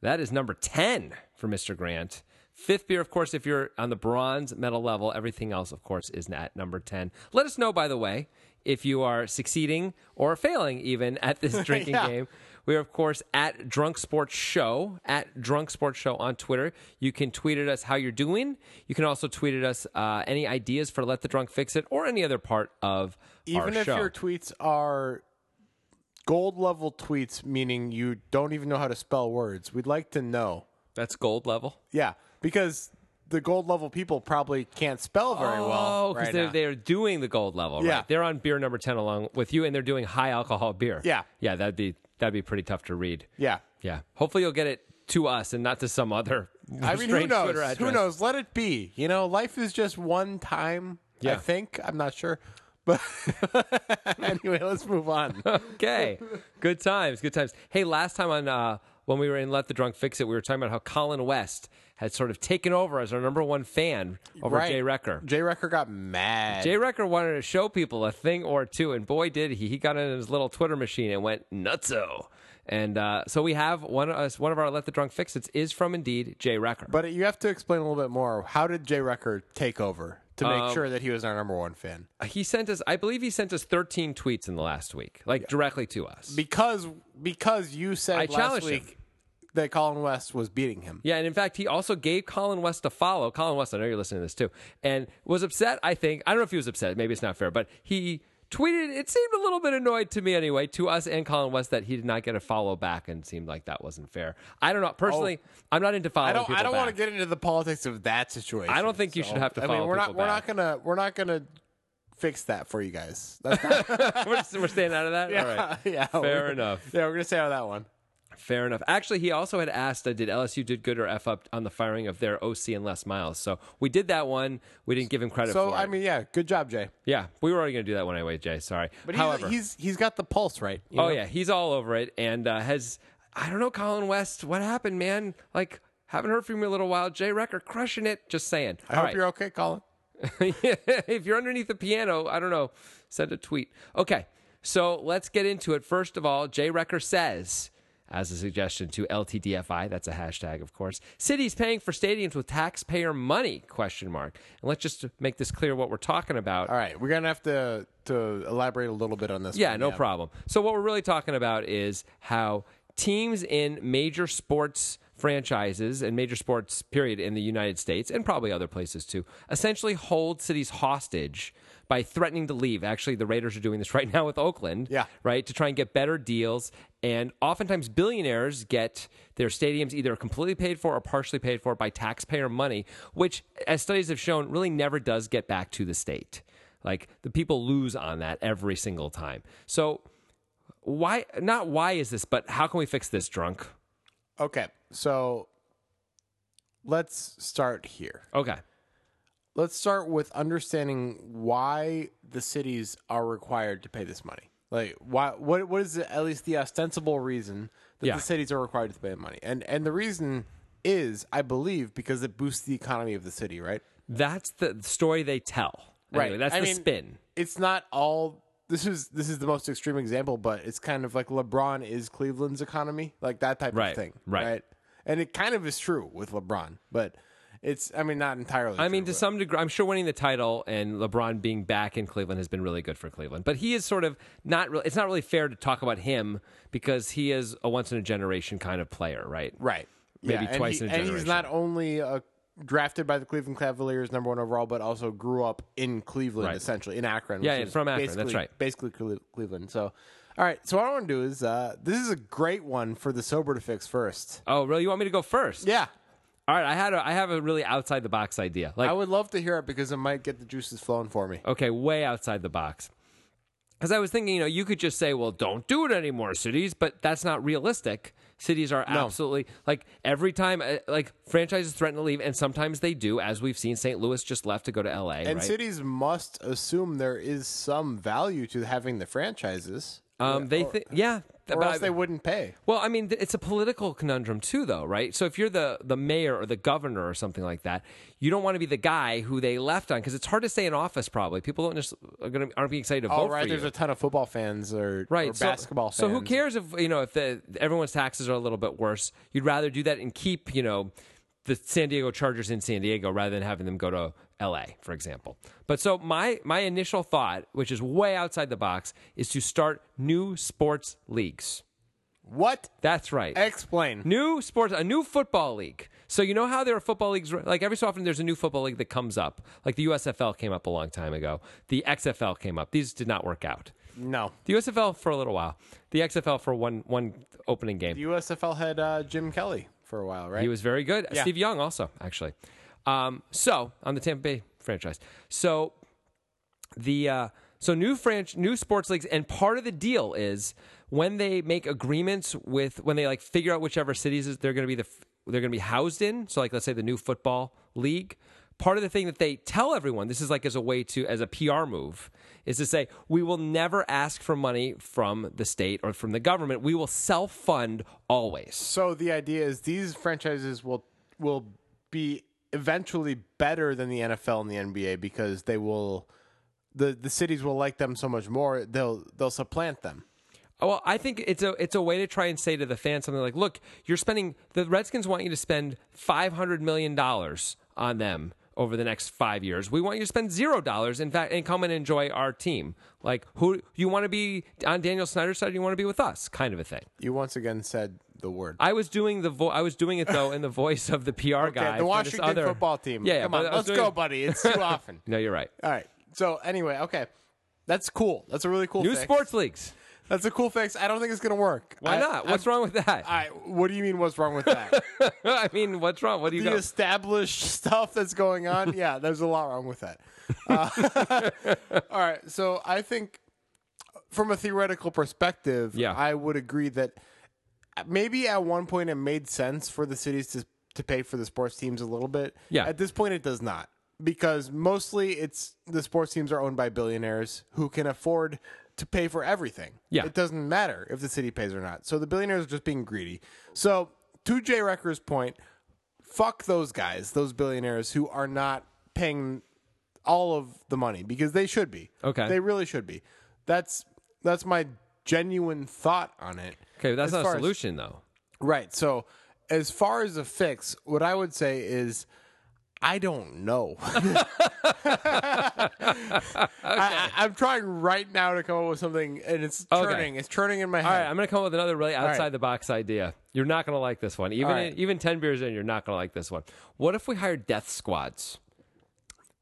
that is number 10 for Mr. Grant. Fifth beer, of course, if you're on the bronze medal level. Everything else, of course, is at number 10. Let us know, by the way, if you are succeeding or failing even at this (laughs) drinking Yeah. game. We are, of course, at Drunk Sports Show, at Drunk Sports Show on Twitter. You can tweet at us how you're doing. You can also tweet at us uh, any ideas for Let the Drunk Fix It or any other part of our Even if show. your tweets are gold level tweets, meaning you don't even know how to spell words, we'd like to know. That's gold level. Yeah, because the gold level people probably can't spell very well. Oh, because right they're, now. they're doing the gold level, Yeah. right? They're on beer number 10 along with you, and they're doing high alcohol beer. Yeah. Yeah, that'd be, that'd be pretty tough to read. yeah. Yeah. Hopefully you'll get it to us and not to some other I mean, who strange Twitter knows? address. Who knows? Let it be. You know, life is just one time. I Yeah. think I'm not sure, but (laughs) anyway, let's move (laughs) on. Okay. Good times. Good times. Hey, last time on uh, when we were in Let the Drunk Fix It, we were talking about how Colin West had sort of taken over as our number one fan over Right. Jay Recker. Jay Recker got mad. Jay Recker wanted to show people a thing or two, and boy, did he! He got in his little Twitter machine and went nutso. And uh, so we have one of us, one of our Let the Drunk Fix It is from indeed Jay Recker. but you have to explain a little bit more. How did Jay Recker take over to make Um, sure that he was our number one fan? he sent us, I believe, he sent us 13 tweets in the last week, like directly to us. Because because you said I last challenged week him. that Colin West was beating him. Yeah, and in fact, he also gave Colin West a follow. Colin West, I know you're listening to this too, and was upset. I think I don't know if he was upset. Maybe it's not fair, but he tweeted. It seemed a little bit annoyed to me anyway, to us and Colin West, that he did not get a follow back, and seemed like that wasn't fair. I don't know. Personally, I'm not into following. Oh. I don't. people I don't back. want to get into the politics of that situation. I don't think you should have to I mean, follow we're not. people We're back. not gonna. We're not gonna fix that for you guys. That's (laughs) not, we're, just- we're staying out of that. All right. (laughs) yeah. Fair we're- enough. Yeah, we're gonna stay out of that one. Fair enough. Actually, he also had asked, uh, did LSU did good or f up on the firing of their OC and Les Miles? So we did that one. We didn't give him credit So for I it. mean, yeah. Good job, Jay. yeah, we were already going to do that one anyway, Jay. Sorry. But he's, However, he's he's got the pulse right. you Oh know? yeah, he's all over it, and uh, has I don't know, Colin West, what happened, man? Like haven't heard from you in a little while. Jay Recker crushing it. Just saying. I hope you're okay, Colin. (laughs) if you're underneath the piano, I don't know, send a tweet. Okay, so let's get into it. First of all, Jay Recker says, as a suggestion to LTDFI, that's a hashtag, of course. Cities paying for stadiums with taxpayer money? Question mark. And let's just make this clear what we're talking about. All right, we're gonna have to to elaborate a little bit on this. Yeah, one, no problem. So what we're really talking about is how teams in major sports franchises and major sports period in the United States and probably other places too essentially hold cities hostage by threatening to leave. Actually, the Raiders are doing this (laughs) right now with Oakland. Yeah. Right? To try and get better deals. And oftentimes, billionaires get their stadiums either completely paid for or partially paid for by taxpayer money, which, as studies have shown, really never does get back to the state. Like the people lose on that every single time. So, why, not why is this, but how can we fix this, drunk? Okay, so let's start here. Okay. Let's start with understanding why the cities are required to pay this money. Like, why? What? What is the, at least the ostensible reason that Yeah. the cities are required to pay money? And and the reason is, I believe, because it boosts the economy of the city, right? That's the story they tell. Anyway, that's I the mean, spin. It's not all. This is this is the most extreme example, but it's kind of like LeBron is Cleveland's economy, like that type Right, of thing, right. And it kind of is true with LeBron, but it's I mean not entirely. I mean, to some degree, I'm sure winning the title and LeBron being back in Cleveland has been really good for Cleveland. But he is sort of not really, it's not really fair to talk about him because he is a once in a generation kind of player, right? right? Maybe and twice he- in a and he's generation. not only uh, drafted by the Cleveland Cavaliers number one overall, but also grew up in Cleveland, Right. essentially in Akron. Yeah, which yeah, is from Akron, that's basically- right. Basically Cle- Cleveland. So, all right. So what I want to do is uh, this is a great one for the sober to fix first. Oh, really? You want me to go first? Yeah, All right. I had a, I have a really outside the box idea. Like, I would love to hear it because it might get the juices flowing for me. okay, way outside the box. Because I was thinking, you know, you could just say, well, don't do it anymore, cities, but that's not realistic. Cities are absolutely like every time, uh, like franchises threaten to leave, and sometimes they do, as we've seen. St. Louis just left to go to LA, And right? cities must assume there is some value to having the franchises, um, they think, yeah, or but else I- they wouldn't pay. Well, I mean, th- it's a political conundrum too, though, right? So if you're the the mayor or the governor or something like that, you don't want to be the guy who they left on because it's hard to stay in office. Probably people don't just are gonna, aren't being excited to Oh, vote right. for you. There's a ton of football fans or, right or basketball fans. So who cares if you know if the, everyone's taxes are a little bit worse? You'd rather do that and keep you know the San Diego Chargers in San Diego rather than having them go to LA, for example. But so my my initial thought, which is way outside the box, is to start new sports leagues. What? That's right. Explain. New sports, a new football league. So you know how there are football leagues. Like every so often, there's a new football league that comes up. Like the USFL came up a long time ago. The XFL came up. These did not work out. No. The USFL for a little while. The XFL for one one opening game. The USFL had uh, Jim Kelly for a while, right? He was very good. Yeah. Steve Young also, actually. Um, so on the Tampa Bay franchise. So the uh, so new franch new sports leagues, and part of the deal is when they make agreements with when they like figure out whichever cities is- they're going to be the f- they're going to be housed in. So like let's say the new football league. Part of the thing that they tell everyone, this is like as a way to, as a PR move, is to say, we will never ask for money from the state or from the government. We will self fund always. so the idea is these franchises will will be eventually better than the NFL and the NBA because they will the the cities will like them so much more they'll they'll supplant them. Oh, Well, I think it's a it's a way to try and say to the fans something like, "Look, you're spending the Redskins want you to spend five hundred million dollars on them over the next five years. We want you to spend zero dollars. In fact, and come and enjoy our team. Like, who you want to be on Daniel Snyder's side? You want to be with us? Kind of a thing. You once again said the word. I was doing the vo- I was doing it though in the (laughs) voice of the PR guy, okay, for the this Washington other- football team. Yeah, yeah, come but on, I was let's doing- go, (laughs) buddy. It's too often. No, you're right. All right. So anyway, okay, that's cool. That's a really cool New fix. sports leagues. That's a cool fix. I don't think it's gonna work. Why not? What's wrong with that? (laughs) I, I, what do you mean? What's wrong with that? mean, what's wrong? What do you the got? established (laughs) stuff that's going (laughs) on. Yeah, there's a lot wrong with that. Uh, (laughs) all right, so I think from a theoretical perspective, Yeah. I would agree that maybe at one point it made sense for the cities to to pay for the sports teams a little bit. Yeah. At this point, it does not because mostly it's the sports teams are owned by billionaires who can afford to pay for everything. Yeah. It doesn't matter if the city pays or not. So the billionaires are just being greedy. So to Jay Recker's point, fuck those guys, those billionaires who are not paying all of the money because they should be. Okay. They really should be. That's that's my genuine thought on it. Okay, but that's As not a far as- solution though. Right. So, as far as a fix, what I would say is, I don't know. (laughs) I, I, I'm trying right now to come up with something, and it's Okay. churning. It's churning in my All head. right, I'm going to come up with another really outside right. the box idea. You're not going to like this one. Even All right. even 10 beers in, you're not going to like this one. What if we hired death squads?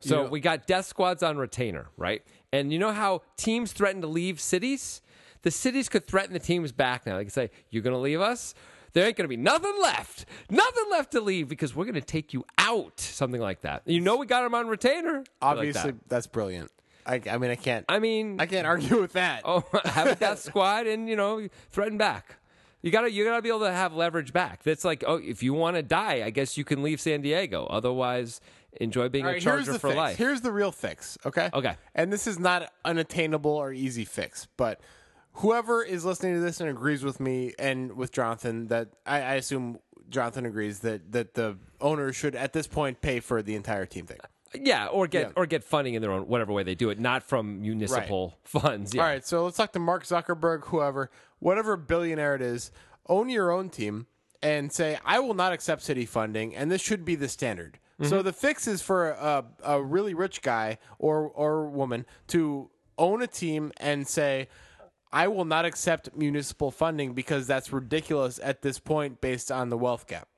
So know- we got death squads on retainer, right? And you know how teams threaten to leave cities? The cities could threaten the teams back now. They could say, You're going to leave us? There ain't going to be nothing left. Nothing left to leave because we're going to take you out. Something like that. You know, we got them on retainer. I like Obviously, that. that's brilliant. I, I mean, I can't. I mean, I can't argue with that. (laughs) Oh, have a (laughs) death squad and you know threaten back. You gotta you gotta be able to have leverage back. That's like oh, if you want to die, I guess you can leave San Diego. Otherwise, enjoy being All a right, here's charger the for fix. life. Here's the real fix. Okay. Okay. And this is not an attainable or easy fix, but whoever is listening to this and agrees with me and with Jonathan that I, I assume Jonathan agrees that that the owner should at this point pay for the entire team thing. yeah, or get Yeah. or get funding in their own whatever way they do it, not from municipal (laughs) funds. Yeah. All right. So let's talk to Mark Zuckerberg, whoever, whatever billionaire it is, own your own team and say, I will not accept city funding, and this should be the standard. So the fix is for a, a really rich guy or, or woman to own a team and say, I will not accept municipal funding because that's ridiculous at this point based on the wealth gap.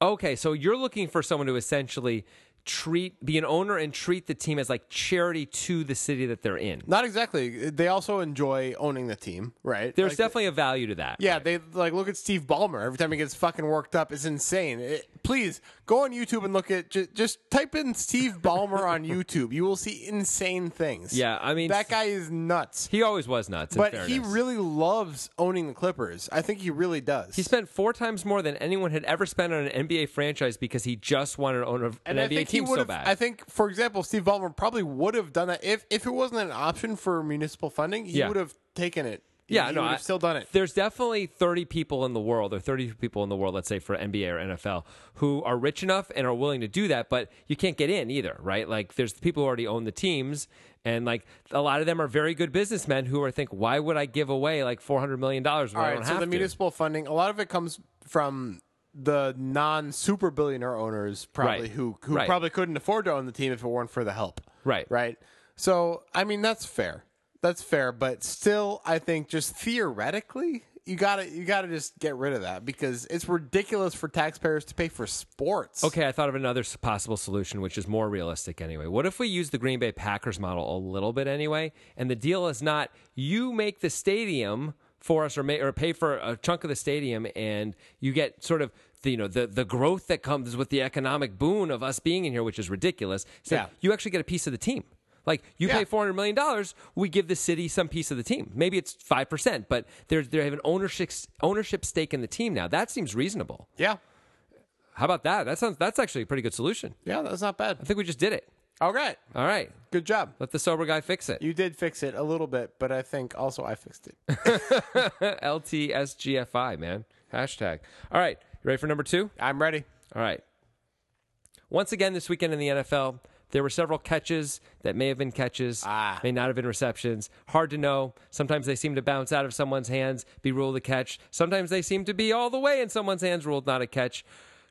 Okay, so you're looking for someone to essentially treat be an owner and treat the team as like charity to the city that they're in. Not exactly. They also enjoy owning the team, right? There's Like, definitely a value to that. Yeah, they like look at Steve Ballmer every time he gets fucking worked up. It's insane. It- please go on YouTube and look at just, just type in Steve Ballmer on YouTube. You will see insane things. Yeah, I mean- that guy is nuts. He always was nuts. in But he fairness. really loves owning the Clippers. I think he really does. He spent four times more than anyone had ever spent on an NBA franchise because he just wanted to own a, an and NBA I think team he would so have. bad. I think, for example, Steve Ballmer probably would have done that if if it wasn't an option for municipal funding. He Yeah. would have taken it. He- yeah, he no, would I- have still done it. There's definitely 30 people in the world, or 30 people in the world, let's say for NBA or NFL, who are rich enough and are willing to do that, but you can't get in either, right? Like, there's the people who already own the teams, and like a lot of them are very good businessmen who are think, why would I give away like 400 million dollars when All I right, don't so have the to? municipal funding, a lot of it comes from the non super billionaire owners probably Right. who who Right. probably couldn't afford to own the team if it weren't for the help. Right. Right. So I mean that's fair. That's fair, but still I think just theoretically you gotta you gotta just get rid of that because it's ridiculous for taxpayers to pay for sports. Okay, I thought of another s- possible solution, which is more realistic anyway. What if we use the Green Bay Packers model a little bit anyway? And the deal is not you make the stadium for us or, ma- or pay for a chunk of the stadium, and you get sort of the, you know the, the growth that comes with the economic boon of us being in here, which is ridiculous. So Yeah. you actually get a piece of the team. Like you Yeah. pay four hundred million dollars, we give the city some piece of the team. Maybe it's five percent, but they're they have an ownership ownership stake in the team now. That seems reasonable. Yeah. How about that? That sounds that's actually a pretty good solution. Yeah, that's not I bad. think we just did it. All right. All right. Good job. Let the sober guy fix it. You did fix it a little bit, but I think also I fixed it. (laughs) LTSGFI, man. Hashtag. All right. You ready for number two? I'm ready. All right. Once again, this weekend in the NFL, there were several catches that may have been catches, Ah. may not have been receptions. Hard to know. Sometimes they seem to bounce out of someone's hands, be ruled a catch. Sometimes they seem to be all the way in someone's hands, ruled not a catch.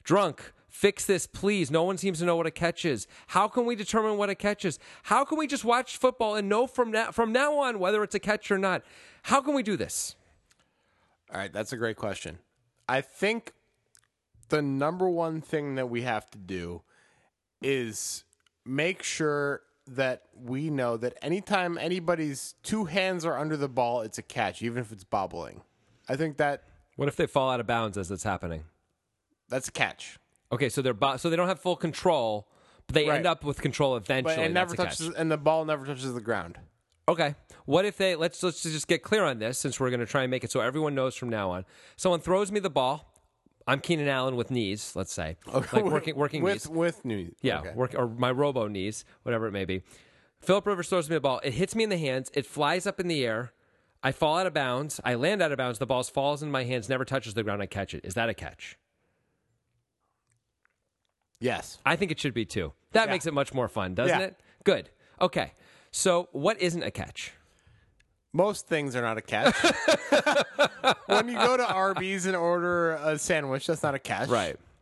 Drunk, fix this, please. No one seems to know what a catch is. How can we determine what a catch is? How can we just watch football and know from now, from now on whether it's a catch or not? How can we do this? All right, that's a great question. I think the number one thing that we have to do is make sure that we know that anytime anybody's two hands are under the ball, it's a catch, even if it's bobbling. I think that What if they fall out of bounds as it's happening? that's a catch. Okay, so they're bo- so they don't have full control, but they Right. end up with control eventually. But That's it never a catch. touches and the ball never touches the ground. Okay, what if they let's let's just get clear on this since we're going to try and make it so everyone knows from now on. Someone throws me the ball. I'm Keenan Allen with knees, let's say, (laughs) like working working (laughs) with knees. with new Yeah, okay. work or my robo knees, whatever it may be. Philip Rivers throws me the ball. It hits me in the hands. It flies up in the air. I fall out of bounds. I land out of bounds. The ball falls in my hands, never touches the ground. I catch it. Is that a catch? yes. I think it should be two. That Yeah. makes it much more fun, doesn't Yeah. it? Good. Okay. So, what isn't a catch? Most things are not a (laughs) catch. when you go to Arby's and order a sandwich, that's not a catch.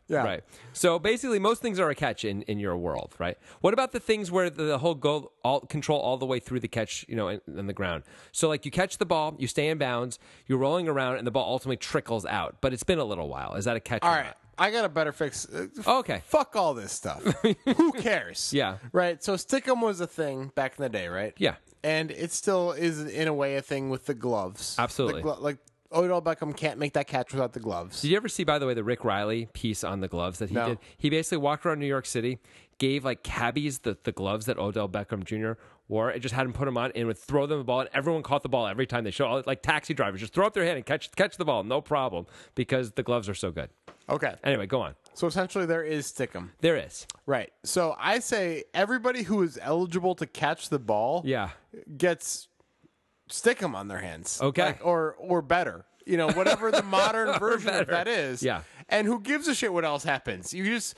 Yeah. Right. So basically, most things are a catch in, in your world, right? What about the things where the, the whole goal, all, control all the way through the catch, you know, in, in the ground? So, like, you catch the ball, you stay in bounds, you're rolling around, and the ball ultimately trickles out, but it's been a little while. Is that a catch? All or right. I got a better fix. Uh, f- not? Okay. Fuck all (laughs) this stuff. Who cares? Yeah. Right. So stickum was a thing back in the day, right? Yeah. And it still is in a way a thing with the gloves. The Absolutely. glo- like Odell Beckham can't make that catch without the gloves. Did you ever see, by the way, the Rick Riley piece on the gloves that he No. did? He basically walked around New York City, gave like cabbies the, the gloves that Odell Beckham Jr. wore, and just had him put them on and would throw them the ball, and everyone caught the ball every time they show. Like taxi drivers, just throw up their hand and catch catch the ball, no problem, because the gloves are so good. Okay. Anyway, go on. So essentially there is stickum. There is. Right. So I say everybody who is eligible to catch the ball Yeah. gets stickum on their hands. Okay. Like, or or better. You know, (laughs) whatever the modern version of better. that is. Yeah. And who gives a shit what else happens? You just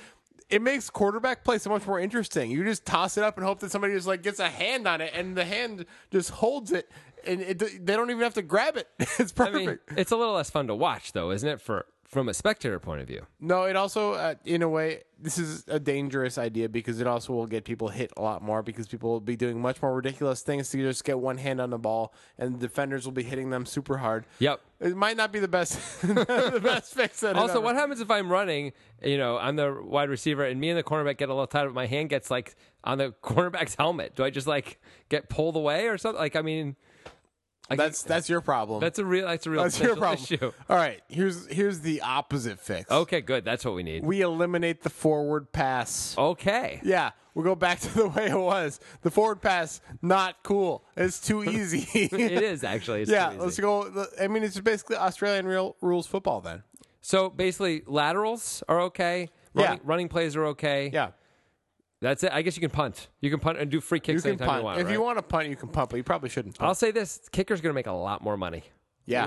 it makes quarterback play so much more interesting. You just toss it up and hope that somebody just like gets a hand on it and the hand just holds it and it, they don't even have to grab it. (laughs) It's I perfect. mean, it's a little less fun to watch, though, isn't it? For from a spectator point of view. No, it also, uh, in a way, this is a dangerous idea because it also will get people hit a lot more because people will be doing much more ridiculous things to just get one hand on the ball and the defenders will be hitting them super hard. Yep. It might not be the best, (laughs) the best fix. That it Also, ever- what happens if I'm running? You know, I'm the wide receiver, and me and the cornerback get a little tight. But my hand gets like on the (laughs) cornerback's helmet. Do I just like get pulled away or something? Like, I mean, like, That's that's your problem. that's a real that's a real That's your potential problem. issue. All right, here's here's the opposite fix. Okay, good. That's what we need. We eliminate the forward pass. (laughs) Okay, Yeah, we'll go back to the way it was. The forward pass, not cool. It's too easy. (laughs) it is actually. It's Yeah, too easy. let's go. I mean, it's basically Australian real rules football then. So basically, laterals are okay. Yeah. Running, running plays are okay. Yeah, That's it. I guess you can punt. You can punt and do free you kicks can anytime punt. you want. if right? Uh. you want to punt, you can punt, but you probably shouldn't. Punt. I'll say this: kicker's going to make a lot more money. Yeah.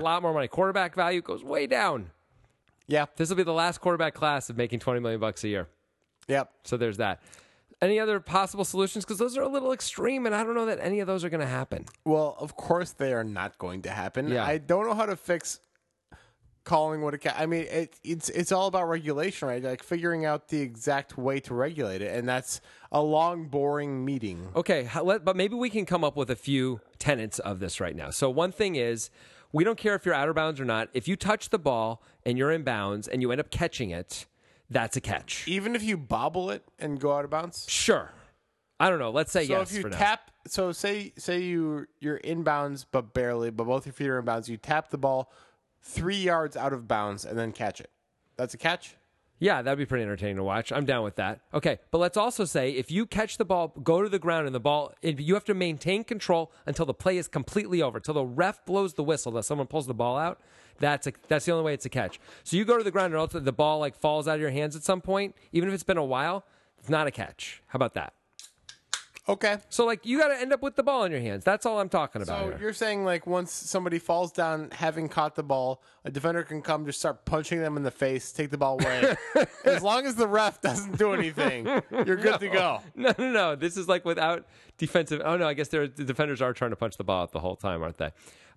a lot more money. Quarterback value goes way down. Yeah, This will be the last quarterback class of making 20 million bucks a year. yep. So there's that. Any other possible solutions? Because those are a little extreme, and I don't know that any of those are going to happen. Well, of course they are not going to happen. Yeah. I don't know how to fix calling what a cat. I mean, it, it's it's all about regulation, right? Like figuring out the exact way to regulate it, and that's a long, boring meeting. Okay, how, let, but maybe we can come up with a few tenets of this right now. So one thing is, we don't care if you're out of bounds or not. If you touch the ball and you're in bounds and you end up catching it, that's a catch. Even if you bobble it and go out of bounds. Sure. I don't know. Let's say So yes if you for now. tap, so say say you you're inbounds but barely, but both your feet are inbounds. You tap the ball three yards out of bounds and then catch it. That's a catch. Yeah, that'd be pretty entertaining to watch. I'm down with that. Okay, but let's also say if you catch the ball, go to the ground, and the ball, if you have to maintain control until the play is completely over, until the ref blows the whistle that someone pulls the ball out. That's a, that's the only way it's a catch. So you go to the ground, and ultimately the ball like falls out of your hands at some point, even if it's been a while. It's not a catch. How about that? Okay. So like you got to end up with the ball in your hands. That's all I'm talking about. So here. you're saying like once somebody falls down, having caught the ball, a defender can come just start punching them in the face, take the (laughs) ball away. as long as the ref doesn't do anything, you're good to go. (laughs) No, no, no. This is like without defensive. Oh no, I guess they're, the defenders are trying to punch the ball out the whole time, aren't they?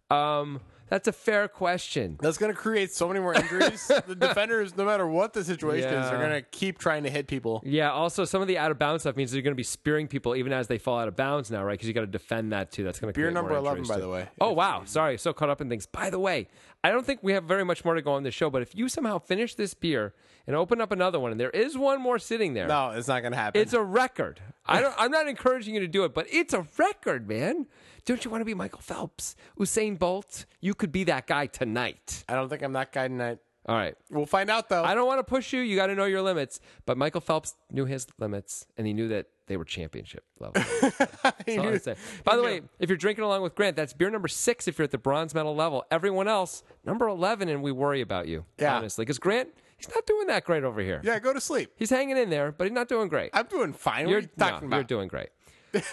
Um, that's a fair question. That's going to create so many (laughs) more injuries. the defenders, no matter what the situation is, are Yeah. going to keep trying to hit people. Yeah. Also, some of the out of bounds stuff means they're going to be spearing people even as they fall out of bounds now, right? Because you got to defend that too. That's going to Beer create more number 11, injuries, by too. the way. Oh wow, sorry, so caught up in things. By the way, I don't think we have very much more to go on this show, but if you somehow finish this beer and open up another one, and there is one more sitting there, No, it's not going to happen. It's a record. I don't, I'm not encouraging you to do it, but it's a record, man. Don't you want to be Michael Phelps, Usain Bolt? You could be that guy tonight. I don't think I'm that guy tonight. All right. We'll find out though. I don't want to push you. You got to know your limits. But Michael Phelps knew his limits, and he knew that they were championship level. (laughs) He That's all knew- I'm saying. By the way, if you're drinking along with Grant, that's beer number six if you're at the bronze medal level. Everyone else, number 11, and we worry about you, Yeah. honestly. Because Grant, he's not doing that great over here. yeah, go to sleep. He's hanging in there, but he's not doing great. I'm doing fine. You're what are you talking no, about? You're doing (laughs) great.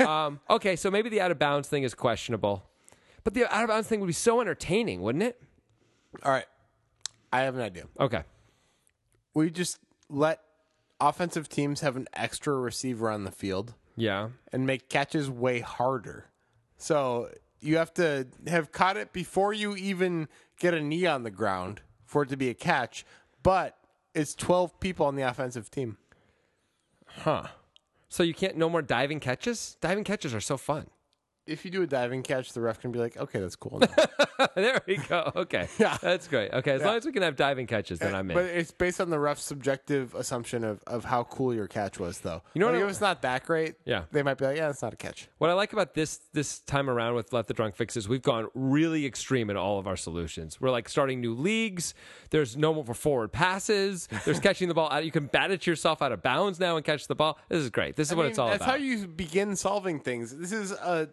um, okay, so maybe the out of bounds thing is questionable, but the out of bounds thing would be so entertaining, wouldn't it? All right. I have an idea. Okay. We just let offensive teams have an extra receiver on the field Yeah. and make catches way harder. So you have to have caught it before you even get a knee on the ground for it to be a catch, but it's 12 people on the offensive team. So you can't no more diving catches. Diving catches are so fun. If you do a diving catch, the ref can be like, okay, that's cool. now." (laughs) there we go. Okay. (laughs) Yeah. That's great. Okay, as long as we can have diving catches, then I'm in. But it's based on the ref's subjective assumption of, of how cool your catch was, though. You know like, what I- if it's not that great, Yeah. they might be like, yeah, it's not a catch. What I like about this this time around with Let the Drunk Fix is we've gone really extreme in all of our solutions. We're like starting new leagues. There's no more for forward (laughs) passes. There's catching the ball out. You can bat it to yourself out of bounds now and catch the ball. This is great. This is what I mean, it's all that's about. how you begin solving things. This is a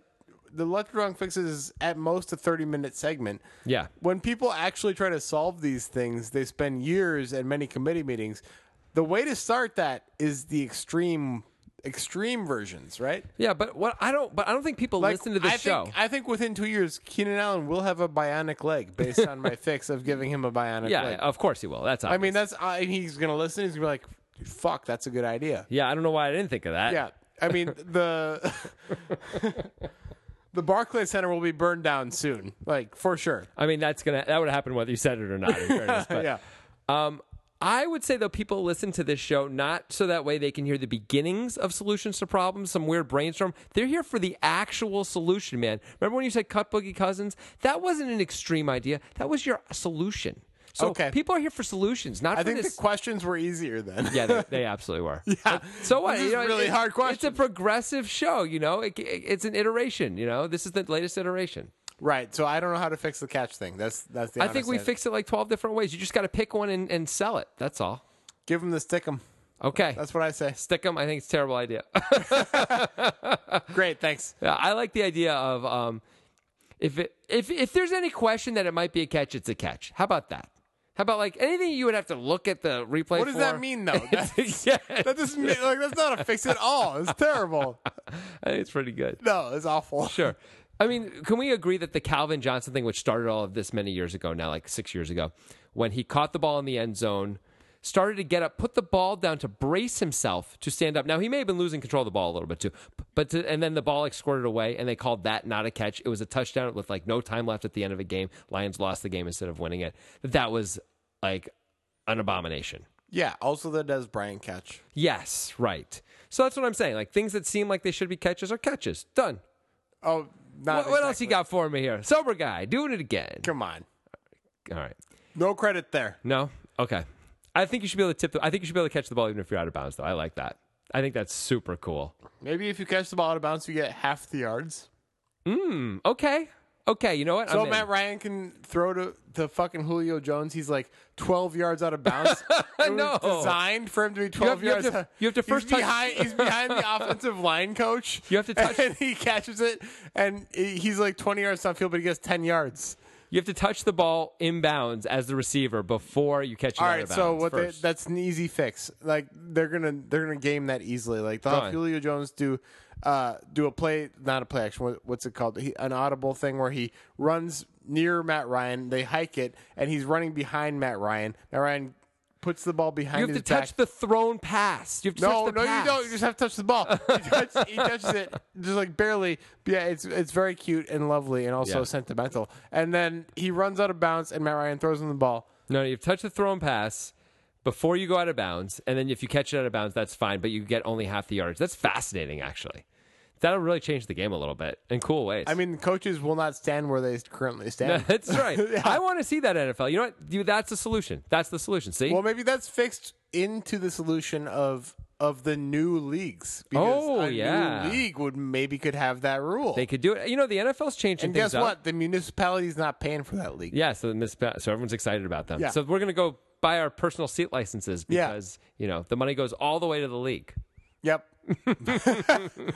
the left wrong fixes is at most a thirty minute segment. Yeah. When people actually try to solve these things, they spend years and many committee meetings. The way to start that is the extreme extreme versions, right? Yeah, but what I don't, but I don't think people listen to this I show. Think, I think within two years, Keenan Allen will have a bionic leg based on (laughs) my fix of giving him a bionic yeah, uh, leg. of course he will. That's I obvious. mean, that's I, he's gonna listen. He's gonna be like, "Fuck, that's a good idea." yeah, I don't know why I didn't think of that. Yeah. (laughs) I mean the the Barclays Center will be burned down soon, like for sure. I mean that's gonna that would have happened whether you said it or not. In (laughs) fairness, but yeah. Um, I would say though people listen to this show not so that way they can hear the beginnings of solutions to problems, some weird brainstorm. They're here for the actual solution, man. Remember when you said cut Boogie Cousins? That wasn't an extreme idea. That was your solution. So Okay. people are here for solutions, not for I think this. the questions were easier then. (laughs) yeah, they, they absolutely were. Yeah. So what? This is you know, really it- hard It's a question. progressive show, you know. It, it- it's an iteration, you know. This is the latest iteration. (laughs) Right. So I don't know how to fix the catch thing. That's that's the I think honest we answer. fixed it like twelve different ways. You just got to pick one and, and sell it. That's all. give him the stickum. Okay. That's what I say. Stick them. I think it's a terrible idea. Great, thanks. Yeah, I like the idea of um, if it, if if there's any question that it might be a catch, it's a catch. How about that? How about like anything you would have to look at the replay? What does for? that mean though? That, (laughs) yeah, that doesn't mean like that's not a fix at all. It's terrible. I think it's pretty good. (laughs) No, it's awful. Sure. I mean, can we agree that the Calvin Johnson thing, which started all of this many years ago now, like six years ago, when he caught the ball in the end zone, started to get up, put the ball down to brace himself to stand up. Now he may have been losing control of the ball a little bit too, but to, and then the ball like squirted away, and they called that not a catch. It was a touchdown with like no time left at the end of a game. Lions lost the game instead of winning it. That was like an abomination. Yeah. Also, the Des Bryant catch. Yes, right. So that's what I'm saying. Like things that seem like they should be catches are catches. Done. Oh, not What, what else exactly. you got for me here? Sober guy, doing it again. Come on. All right. No credit there. No. Okay. I think you should be able to tip. The, I think you should be able to catch the ball even if you're out of bounds. Though I like that. I think that's super cool. Maybe if you catch the ball out of bounds, you get half the yards. Mm, okay. Okay. You know what? So I'm in. Matt Ryan can throw to, to fucking Julio Jones. He's like 12 yards out of (laughs) bounds. it No. was designed for him to be 12 you have yards. to- out- you have to first he's touch- behind, he's behind (laughs) the offensive line coach. You have to touch- (laughs) And he catches it, and he- he's like 20 yards downfield, but he gets 10 yards. You have to touch the ball inbounds as the receiver before you catch it All out right, of so bounds what they, first. that's an easy fix. Like they're gonna they're gonna game that easily. Like they'll have Fine. Julio Jones do uh do a play not a play action. What, what's it called? He, an audible thing where he runs near Matt Ryan. They hike it, and he's running behind Matt Ryan. Matt Ryan puts the ball behind you have his to touch back. the thrown pass. You have to no, touch the no, pass. you don't. You just have to touch (laughs) the ball. He, touch, he touches it just like barely. But yeah, it's it's very cute and lovely, and also Yeah. sentimental. And then he runs out of bounds, and Matt Ryan throws him the ball. No, you've touched the thrown pass before you go out of bounds, and then if you catch it out of bounds, that's fine, but you get only half the yards. That's fascinating, actually. That'll really change the game a little bit in cool ways. I mean, coaches will not stand where they (laughs) currently stand. (laughs) that's right. I want to see that NFL. You know what? Dude, that's the solution. That's the solution. See? Well, maybe that's fixed into the solution of of the new leagues. Because Oh, a yeah. new league would maybe could have that rule. they could do it. You know, the NFL's changing and things guess up. what? The municipality's not paying for that league. Yeah, so the mis- so everyone's excited about them. Yeah. So we're gonna go buy our personal seat licenses Yeah. because you know the money goes all the way to the league. (laughs) Yep.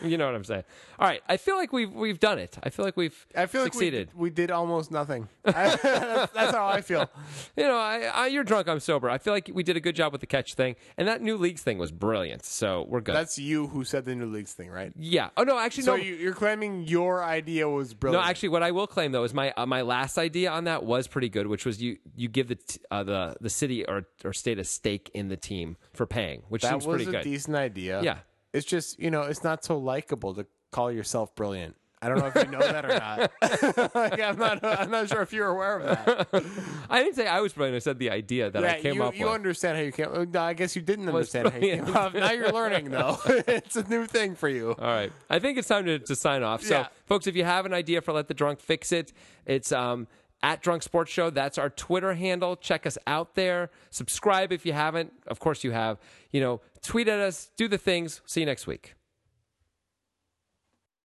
You know what I'm saying? All right, I feel like we've we've done it. I feel like we've I feel like succeeded. we, we did (laughs) almost nothing. (laughs) that's, that's how I feel. You know, I, I you're drunk, I'm sober. I feel like we did a good job with the catch thing, and that new leagues thing was brilliant. So we're good. That's you who said the new leagues thing, right? yeah. Oh no, actually So no. you, you're claiming your idea was no, brilliant. actually, what I will claim though is my uh, my last idea on that was pretty good, which was you you give the t- uh, the the city or or state a stake in the team for paying, which that seems was pretty a good. decent idea. Yeah. It's just you know it's not so likable to call yourself brilliant. I don't know if you know that or (laughs) not. like, I'm not. I'm not sure if you're aware of that. I didn't say I was brilliant. I said the idea that I came you, up you with. understand how you came. uh, no, I guess you didn't understand how you brilliant. came up. Now you're learning, though. (laughs) it's a new thing for you. All right. I think it's time to, to sign off. So, Yeah. folks, if you have an idea for Let the Drunk Fix It, it's um, at Drunk Sports Show. That's our Twitter handle. Check us out there. Subscribe if you haven't. Of course, you have. You know, tweet at us, do the things. See you next week.